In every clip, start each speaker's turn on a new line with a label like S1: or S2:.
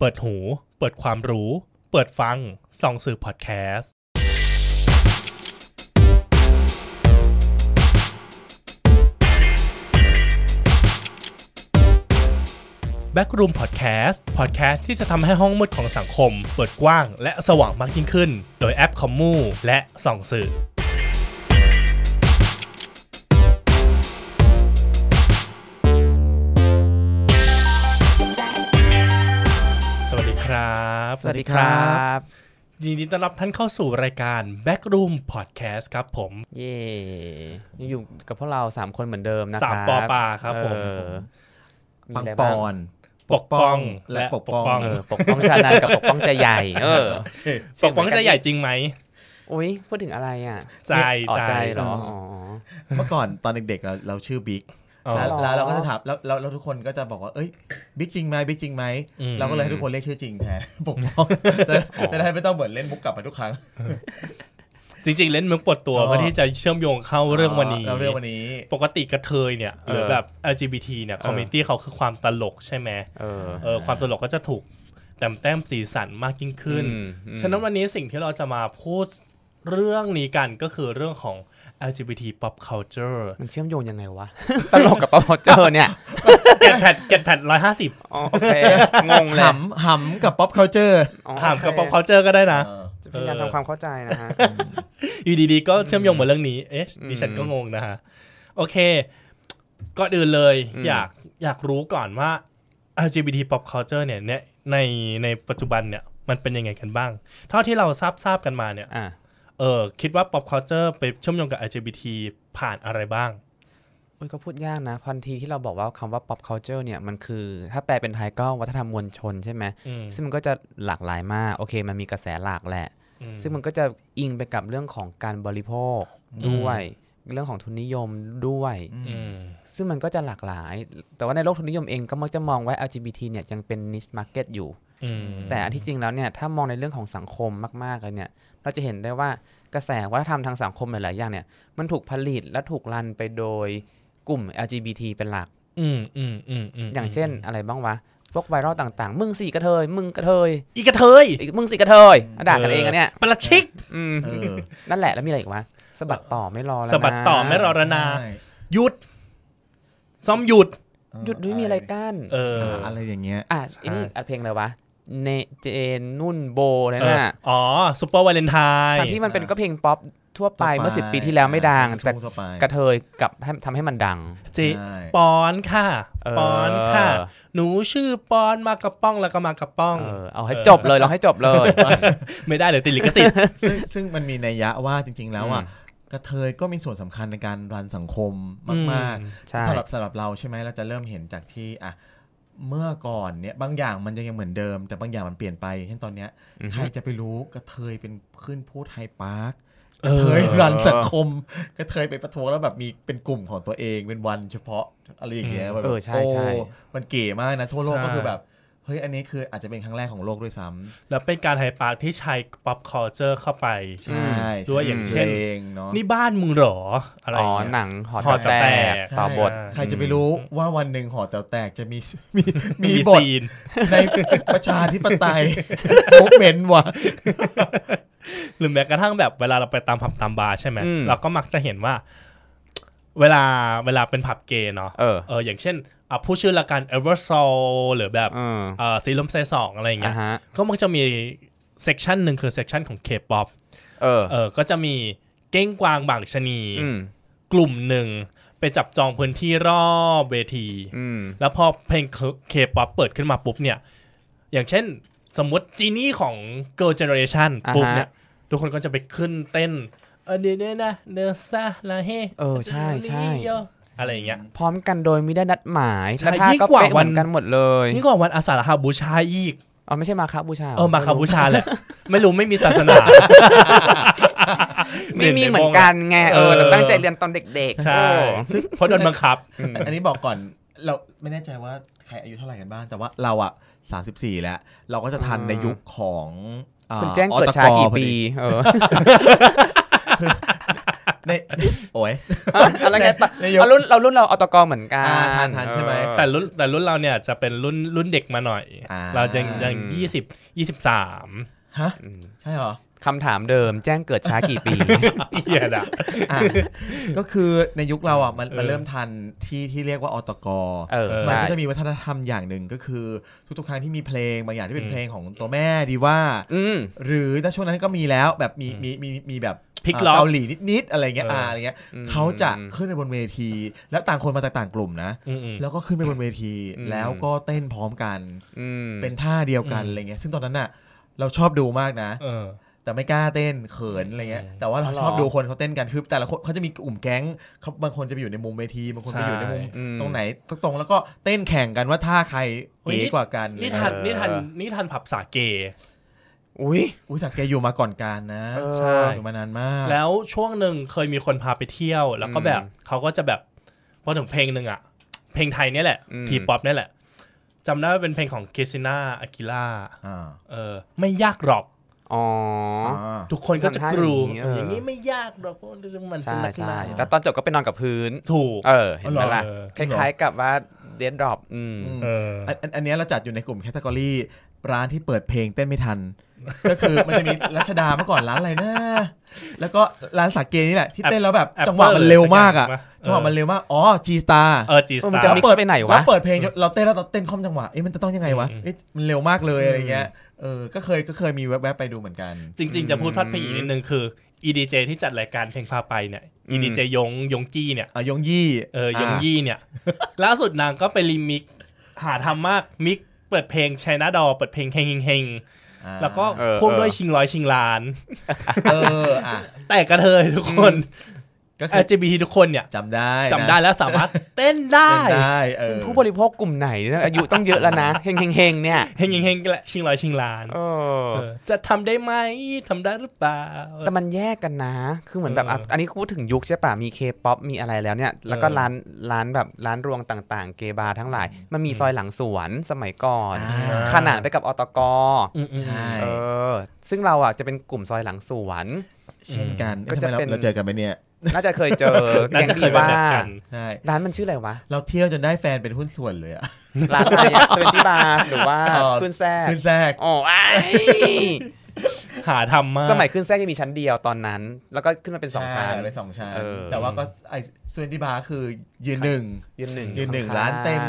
S1: เปิดหู เปิดความรู้ เปิดฟัง ส่องสื่อพอดแคสต์ Backroom Podcast พอดแคสต์ที่จะทำให้ห้องมืดของสังคม เปิดกว้างและสว่างมากยิ่งขึ้น โดยแอปคอมมูและส่องสื่อ สวัสดีครับ
S2: สวัสดีครับ
S1: ยินดีต้อนรับท่านเข้าสู่รายการ Backroom Podcast ครับผม
S2: เย่ยังอยู่กับพวกเราสามคนเหมือนเดิมนะ
S1: สาม
S2: ครับ
S1: ปอปาครับผม
S2: เออมี
S3: ปั
S2: อะ
S3: ง
S2: ไร
S3: ป
S2: บ้า
S3: อน
S1: ปกป้อง
S3: และปกป้อง
S2: เออปกป้องชาแนลกับปกป้องใจ ใหญ่ เออ
S1: ปกป้องจะใหญ่จริงไหม
S2: อุ้ยพูดถึงอะไรอ่ะ
S1: ใจ
S2: อ๋อ
S1: ใจ
S2: ใจเหรออ๋อ
S3: เมื่อก่อนตอนเด็กๆเราเราชื่อบิ๊ก
S1: อ๋อ
S3: แล้ว
S2: อ๋อ
S3: แล้วเราก็จะถามแล้วแล้วแล้วทุกคนก็จะบอกว่าเอ้ยบิ๊กจริงไหมบิ๊กจริงไหม
S1: อืม
S3: เราก็เลยให้ทุกคนเรียกชื่อจริงแทน ปก ป้องจะจะได้ไม่ต้องเหมือนเล่นมุกกลับมาทุกครั้ง
S1: จริงๆ เล่นมึงปวดตัว
S3: อ๋อ
S1: เพื่อที่จะเชื่อมโยงเข้าเรื่องวันนี้
S3: เราเรื่องวันนี้
S1: ปกติกระเทยเนี่ย หรือแบบ LGBT เนี่ย
S2: เออ
S1: คอมมิตี้เขาคือความตลกใช่ไหม
S2: เออ
S1: เออความตลกก็จะถูกแต้มแต้มสีสันมากยิ่งขึ้น
S2: อืมอืม
S1: ฉะนั้นวันนี้สิ่งที่เราจะมาพูดเรื่องนี้กันก็คือเรื่องของ LGBT pop culture
S2: มันเชื่อมโยงยังไงวะ ตลกกับปอปเจอร์เนี่ย
S1: เก็ตแพดเก็ตแพดร้อยห้าสิบ
S2: อ๋อโอเคงงเลย
S3: หำหำกับป๊อปเคาเจอร์
S2: อ๋อ
S1: ถามกับ
S2: โอ
S1: pop
S2: เค
S1: culture ก็ได้นะ
S2: จะพยายามทำความเข้าใจนะฮะ
S1: อยู่ดีๆก็เชื่อมโยงมาเรื่องนี้ เอ๊ะ
S2: อืม
S1: ดิฉันก็งงนะฮะ โอเค ก็อื่นเลย
S2: อืม
S1: อยาก อยากรู้ก่อนว่า LGBT pop culture เนี่ยเนี่ยใน ในปัจจุบันเนี่ย มันเป็นยังไงกันบ้าง เท่าที่เราทราบทราบกันมาเนี่ย
S2: อ่ะ
S1: เออ คิดว่า pop culture ไปเชื่อมโยงกับ LGBT ผ่านอะไรบ้าง
S2: อุ้ยก็พูดยากนะพันทีที่เราบอกว่าคำว่า pop culture เนี่ยมันคือ ถ้าแปลเป็นไทยก็วัฒนธรรมมวลชนใช่ไหม
S1: อืม
S2: ซึ่งมันก็จะหลากหลายมาก โอเค มันมีกระแสหลักแหละ
S1: อืม
S2: ซึ่งมันก็จะอิงไปกับเรื่องของการบริโภค
S1: อืม
S2: ด้วย เรื่องของทุนนิยมด้วย
S1: อืม
S2: ซึ่งมันก็จะหลากหลาย แต่ว่าในโลกทุนนิยมเองก็มักจะมองว่า LGBT เนี่ยยังเป็น niche market อยู่
S1: อืม
S2: แต่อันที่จริงแล้วเนี่ย ถ้ามองในเรื่องของสังคมมากๆเลยเนี่ย เราจะเห็นได้ว่ากระแสวัฒนธรรมทางสังคมหลายๆอย่างเนี่ย มันถูกผลิตและถูกรันไปโดยกลุ่ม LGBT เป็นหลัก
S1: อืมอืมอืมอืม
S2: อย่างเช่นอะไรบ้างวะ พวกไวรัลต่างๆ มึงสี่กระเทย มึงกระเทย
S1: อีกระเทย
S2: ไอ้มึงสิกระเทยอ่ะด่ากันเองอันเนี้ย
S1: ประชิก
S2: อืม
S3: เออ
S2: นั่นแหละแล้วมีอะไรอีกวะสะบัดต่อไม่รอแล้วนะ
S1: สะบัดต่อไม่รอระนา
S3: ใช่
S1: หยุด ซ่อมหยุด
S2: หยุดด้วยมีอะไรกั้น
S1: เออ
S3: าอะไรอย่างเงี้ย
S2: อ่ะอันนี้อัดเพลงอะไรวะเนเจนนุ่นโบเลยนะ
S1: เอออ๋อซูเปอร์วาเลนไทน์
S2: ทางที่มันเป็นก็เพลงป๊อปทั่วไปเมื่อสิบปีที่แล้วไม่ดัง แต่
S3: ทั่วไป
S2: กระเทยกลับให้ทำให้มันดัง
S1: เจิ
S3: ใช่
S1: ปอนค่ะ
S2: เออ
S1: ปอนค่ะ หนูชื่อปอนมากระป้องแล้วก็มากระป้อง
S2: เออเอาให้จบเลยเราให้จบเลย
S1: ไม่ได้เดี๋ยวติดลิขสิทธิ์
S3: ซึ่งซึ่งมันมีนัยยะว่าจริง ๆ แล้วอ่ะ
S2: อืม
S3: กระเทยก็มีส่วนสำคัญในการรันสังคมมากๆ
S2: ใช่
S3: สำหรับสำหรับเราใช่ไหมเราจะเริ่มเห็นจากที่อ่ะเมื่อก่อนเนี่ยบางอย่างมันยังเหมือนเดิม แต่บางอย่างมันเปลี่ยนไปเช่นตอนเนี้ย
S2: อือฮึ
S3: ใครจะไปรู้กระเทยเป็นขึ้นพูดไฮปาร์ค
S1: เอก
S3: ระเท
S1: อ
S3: ยรันสังคมกระเทยไปประท้วงแล้วแบบมีเป็นกลุ่มของตัวเองเป็นวันเฉพาะอะไรอย่างเงี้ยแบบ
S2: เออใช่ใช่
S3: โอ้มันเก๋มากนะทั่วโลก
S1: ใช่
S3: ก็คือแบบเฮ้ยอันนี้คืออาจจะเป็นครั้งแรกของโลกด้วยซ้ำ
S1: แล้วเป็นการไฮปาร์คที่ใช้ pop culture เข้าไป
S3: ใช่
S1: ด้วยอย่างเช่น
S3: พลงเนาะ
S1: นี่บ้านมึงเหรอ อะไร
S2: อ๋อ
S1: เงี้ย
S2: หนังหอ
S3: หอ
S2: แต
S3: แต
S2: ก
S1: ก
S2: ต่อบท
S3: ใครจะไปรู้ว่าวันหนึ่งหอแต๋วแตกจะมี มี
S1: มี
S3: มีบท
S1: ซีน
S3: ในประชาธิปไตย มุกเมนต์ว่ะ
S1: หรือแม้กระทั่งแบบเวลาเราไปตามผับตามบาร์ใช่ไหม
S2: อืม
S1: เราก็มักจะเห็นว่า เวลาเวลาเป็นผับเกย์เนาะ
S2: เออ
S1: เอออย่างเช่นอ่ะผู้ชื่อละกัน ever soul หรือแบบ
S2: เออ
S1: เอ่อซีลมไซสองอะไรอย่างเงี้
S2: อ่ะ
S1: ย
S2: ฮะ
S1: ก็มันจะมีเซกชันหนึ่งคือเซกชันของ K-POP
S2: เออ
S1: เออ ก็จะมีเก้งกวางบางชะนี
S2: อืม
S1: กลุ่มหนึ่ง ไปจับจองพื้นที่รอบเวที
S2: อืม
S1: แล้วพอเพลง K-POP เปิดขึ้นมาปุ๊บเนี่ย อย่างเช่นสมมติจีนี่ของ Girl Generation ปุ๊บเนี่ย ทุกคนก็จะไปขึ้นเต้นเออเดี๋ยวนะเนอซาลาเฮ
S2: เออใช่ใช่
S1: อะไรอย่างเงี้ย
S2: พร้อมกันโดยไม่ได้นัดหมาย
S1: ใช่
S2: และท่า
S1: ยิ่ง
S2: ก็
S1: กว่า
S2: เป๊ะเห
S1: วั
S2: มื
S1: น
S2: อนกันหมดเลย
S1: นี่ก่อนวันอาสาฬหบูชาอีก
S2: อ๋อไม่ใช่มาครับบูชาหร
S1: เออมาคาบูชาแหละ ไม่รู้ไม่มีศาสนา
S2: ไม่มีเหมือนกันไงเออ
S1: เออ
S2: ตั้งใจเรียนตอนเด็กๆ
S1: ใช่
S2: โอ้
S1: เพราะโดนบังคับ
S3: อันนี้บอกก่อนเราไม่แน่ใจว่าใครอายุเท่าไหร่กันบ้าง แต่ว่าเราอ่ะ 34 แล้ว เราก็จะทันในยุคของเอ่อ
S2: คุณแจ้งเกิด
S3: อต
S2: ชากี่
S3: พอ
S2: ปี เออ
S3: ในโอ้ย
S2: อะไรเงี้ยปะ
S3: นายก
S2: เอารุ่นเรารุ่นเราอตกเหมือนกั
S3: อ่าน ทานทานใช่ไหม
S2: เออ
S1: แต่รุ่นแต่รุ่นเราเนี่ยจะเป็นรุ่นรุ่นเด็กมาหน่อย
S3: อ่า
S1: เราจะยัง
S2: อืม
S1: ยี่สิบยี่สิบสาม
S3: ฮะ
S2: อืม
S3: ใช่เหรอ
S2: คำถามเดิมแจ้งเกิดช้ากี่ปี
S1: เกียดอะ
S3: อ่ะ ก็คือในยุคเราอ่ะมัน
S1: เออ
S3: มันเริ่มทันที่ที่เรียกว่าอตก
S2: เออ
S3: มัน
S2: ใช่
S3: ก็จะมีวัฒนธรรมอย่างหนึ่งก็คือ ทุกๆครั้งที่มีเพลงบางอย่างที่เป็น
S1: อืม
S3: เพลงของตัวแม่ดีว่า
S2: อืม
S3: หรือถ้าช่วงนั้นก็มีแล้วแบบมี
S1: อืม
S3: มีมีมีแบบ
S1: พลิก
S3: อ่า
S1: ล็อก
S3: เกาหลีนิดๆอะไรเงี้ย
S1: เอออ่
S3: อ่าอะไรเงี้ย
S2: อืม
S3: เขาจะขึ้นไปบนเวที แล้วต่างคนมาจากต่างกลุ่มนะ
S1: อืมอืม
S3: แล้วก็ขึ้นไปบนเวที
S2: อืม
S3: แล้วก็เต้นพร้อมกัน
S2: อืม
S3: เป็นท่าเดียวกัน
S1: อืม
S3: อะไรเงี้ยซึ่งตอนนั้นอ่ะเราชอบดูมากนะ
S1: เออ
S3: แต่ไม่กล้าเต้นเขินอะไรเงี้ย
S1: อืม
S3: แต่ว่าเรา
S2: อ๋อเหรอ
S3: ชอบดูคนเขาเต้นกันคือแต่ละคนเขาจะมีกลุ่มแก๊งเขาบางคนจะไปอยู่ในมุมเวทีบางคนไปอยู่ในมุม
S1: ใช่
S2: อืม
S3: ตรงไหนตรงๆแล้วก็เต้นแข่งกันว่าท่าใครเก๋กว่ากัน
S1: นี่ทัน
S2: เออ
S1: นี่ทันนี่ทันผับสาเก
S2: อุ้ย
S3: อุ้ยจากแกอยู่มาก่อนการนะ
S2: เออ
S1: ใช่
S3: อยู่มานานมาก
S1: แล้วช่วงหนึ่งเคยมีคนพาไปเที่ยว แล้วก็แบบ
S2: อืม
S1: เขาก็จะแบบพอถึงเพลงหนึ่งอะเพลงไทยเนี่ยแหละ
S2: อืม
S1: ทีป๊อปเนี่ยแหละจำได้ว่าเป็นเพลงของคริสติน่าอากิล่า
S3: อ่า
S1: เออไม่ยากหรอก
S2: อ๋อ
S3: า
S1: ทุกคนก็จะกรู
S2: ทำท่าอย่างนี้เอออ
S1: อย่างนี้ไม่ยากหรอกเพราะมันจะ
S2: ใช่
S1: นักห
S2: ใช่
S1: นา
S2: แต่ตอนจบก็ไปนอนกับพื้น
S1: ถูก
S2: เออ เห็นไหมล่ะ
S1: เออ
S2: คล้ายๆกับว่าเดนดรอปอืม
S3: อืม
S1: เอออ
S3: นอันอันเนี้ยเราจัดอยู่ในกลุ่มแคตตากรีร้านที่เปิดเพลงเต้นไม่ทัน ก็คือมันจะมีรัชดาเมื่อก่อนร้านอะไรนะแล้วก็ร้านสาเกนี่แหละที่เต้นแล้วแบบจังหวะมันเร็วมากอะ
S1: เออ
S3: จังหวะมันเร็วมากอ๋อ G Star
S1: เออจีส
S2: เออมัน
S1: ตา
S2: จะ
S1: ร์
S2: มี
S3: เปิด
S2: ไปไหนวะ
S3: แล้วเปิดเพลงจนเราเต้นแล้วเราเต้นข้อมจังหวะ เอ๊ะมันจะต้องยังไงวะ
S1: อืม
S3: เอ๊ะมันเร็วมากเลยอะไรเงี้ย เออ ก็เคยก็เคยมีแวบๆไปดูเหมือนกัน
S1: จริง ๆ จะพูดพลาดพิงอีกนิดนึงคือ EDJ ที่จัดรายการเพลงพาไปเนี่ย
S2: อืม
S1: อีดีเจยงยงกี้เนี่ย
S3: อ่ะยงยี่
S1: เออยงยี่เนี่ย ล่าสุดนางก็ไปรีมิกหาทำมากมิกเปิดเพลงชน n ดอเปิดเพลงเฮงเฮงเฮง
S3: อ่า
S1: แล้วก็
S2: เออ
S1: พ่วงด้วย
S2: เออ
S1: ชิงร้อยชิงล้าน
S3: เออ อ่ะ
S1: แต่กระเทยทุกคน
S3: ก็คือ
S1: LGBT ทุกคนเนี่ย
S3: จำได้นะ
S1: จำได้แล้วสามารถเต้นได้
S3: เต้นได้เออ
S2: ผู้บริโภคกลุ่มไหนเนี่ยอายุต้องเยอะแล้วนะ เฮงเฮงเฮงเนี่ย
S1: เฮงเฮงเฮงและชิงร้อยชิงล้าน
S2: เออ
S1: เออจะทำได้ไหมทำได้หรือเปล่า
S2: แต่มันแยกกันนะ คือเหมือนแบบ
S1: เอออ่
S2: ะอันนี้พูดถึงยุคใช่ป่ะ มีเคป๊อป มีอะไรแล้วเนี่ย แล้วก็
S1: เออ
S2: ร้านร้านแบบร้านรวงต่างๆ เกย์บาร์ทั้งหลาย มันมีซอยหลังสวนสมัยก่อน
S3: อ่า
S2: ขนานไปกับอตก
S1: อืมอืม
S3: ใช่
S2: เออ ซึ่งเราอ่ะจะเป็นกลุ่มซอยหลังสวน
S3: เช่นกัน
S2: ก็
S3: ก็
S2: จะ
S3: จะ
S2: เป็น
S3: เราเจอกันไปเนี่ย
S2: น่าจะเคยเจอ
S1: น่า
S2: แก๊ง
S1: จะเค
S2: ดี
S1: ยเป็น
S2: ว่า
S1: แบบกัน
S3: ใช่
S2: ร้านมันชื่ออะไรวะ
S3: เราเที่ยวจนได้แฟนเป็นหุ้นส่วนเลยอ่ะ
S2: ร้านอะไรอะเซเวนตี้บาร์หรือว่า
S3: เออ
S2: ขึ้นแซ่
S3: ขึ้นแทรก
S2: โอ้ย
S1: หาทำมาก
S2: สมัยขึ้นแซ่จะมีชั้นเดียวตอนนั้น แล้วก็ขึ้นมาเป็นสองชั้น
S3: ใเป็นสองชั้น
S2: เออ
S3: แต่ว่าก็ไอส่วนที่บาร์คือยืนหนึ่ง
S2: ยืนหนึ่ง
S3: ยืนหนึ่ง
S2: ข้ๆ
S3: ร้านเต็ม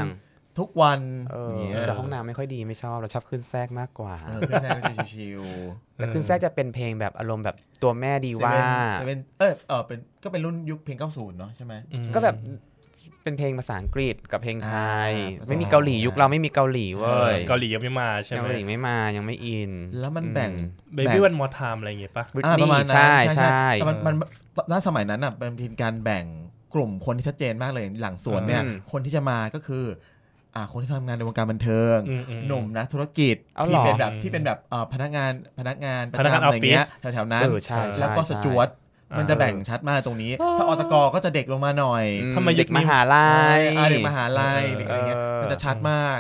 S3: ทุกวัน
S2: เออย่าง
S3: เงี้ย
S2: แต่ห้องน้ำไม่ค่อยดีไม่ชอบเราชอบขึ้นแซ่มากกว่า
S3: เออขึ้นแทรกก็จะชิวๆ
S2: แต่ขึ้นแซ่จะเป็นเพลงแบบอารมณ์แบบตัวแม่ดีว่า
S3: เซเว่นเออเออเป็นก็เป็นรุ่นยุคเพลง 90 เนาะใช่ไหม
S1: อืม
S2: ก็แบบเป็นเพลงภาษาอังกฤษกับเพลงไทย
S3: อ่า
S2: ไม่มีเกาหลียุคเราไม่มีเกาหลีเว้ย
S1: เกาหลียังไม่มาใช่ไหม
S2: เกาหลีไม่มายังไม่อิน
S3: แล้วมันแบ่ง
S2: อืม
S1: Baby One More Time อะไรอย่างเงี้ยปะ
S2: บริต
S3: อ่าประมาณ
S2: นี่
S3: นั้น
S2: ใช่ใช่
S3: แต่มันมันณสมัยนั้นอ่ะมันเป็นการแบ่งกลุ่มคนที่ชัดเจนมากเลยอย่างหลังสวนเนี่ย
S2: อืม
S3: คนที่จะมาก็คืออ่าคนที่ทำงานในวงการบันเทิง
S1: อืมอืม
S3: หนุ่มนักธุรกิจ
S2: เอาเหร
S3: ที่
S2: อ
S3: เป็นแบบที่เป็นแบบเอ่อพนักงานพนักงานประ
S1: พนักงาน
S3: จำอะไรเงี้
S1: ออ
S3: ย
S1: ฟฟิศ
S3: แถวๆนั้น
S2: เออใช่ใช่
S3: แล้วก็
S2: ใช่
S3: สจวตมันจะแบ่งชัดมากตรงนี้ ถ้าอตกก็จะเด็กลงมาหน่อย
S2: อื
S1: ทำไมยุคนี้
S2: เด็กมหาลัย
S3: อ่าเด็กมหาลัย
S1: เออ
S3: เด็กอะไรเงี้ย
S2: เออ
S3: มันจะชัดมาก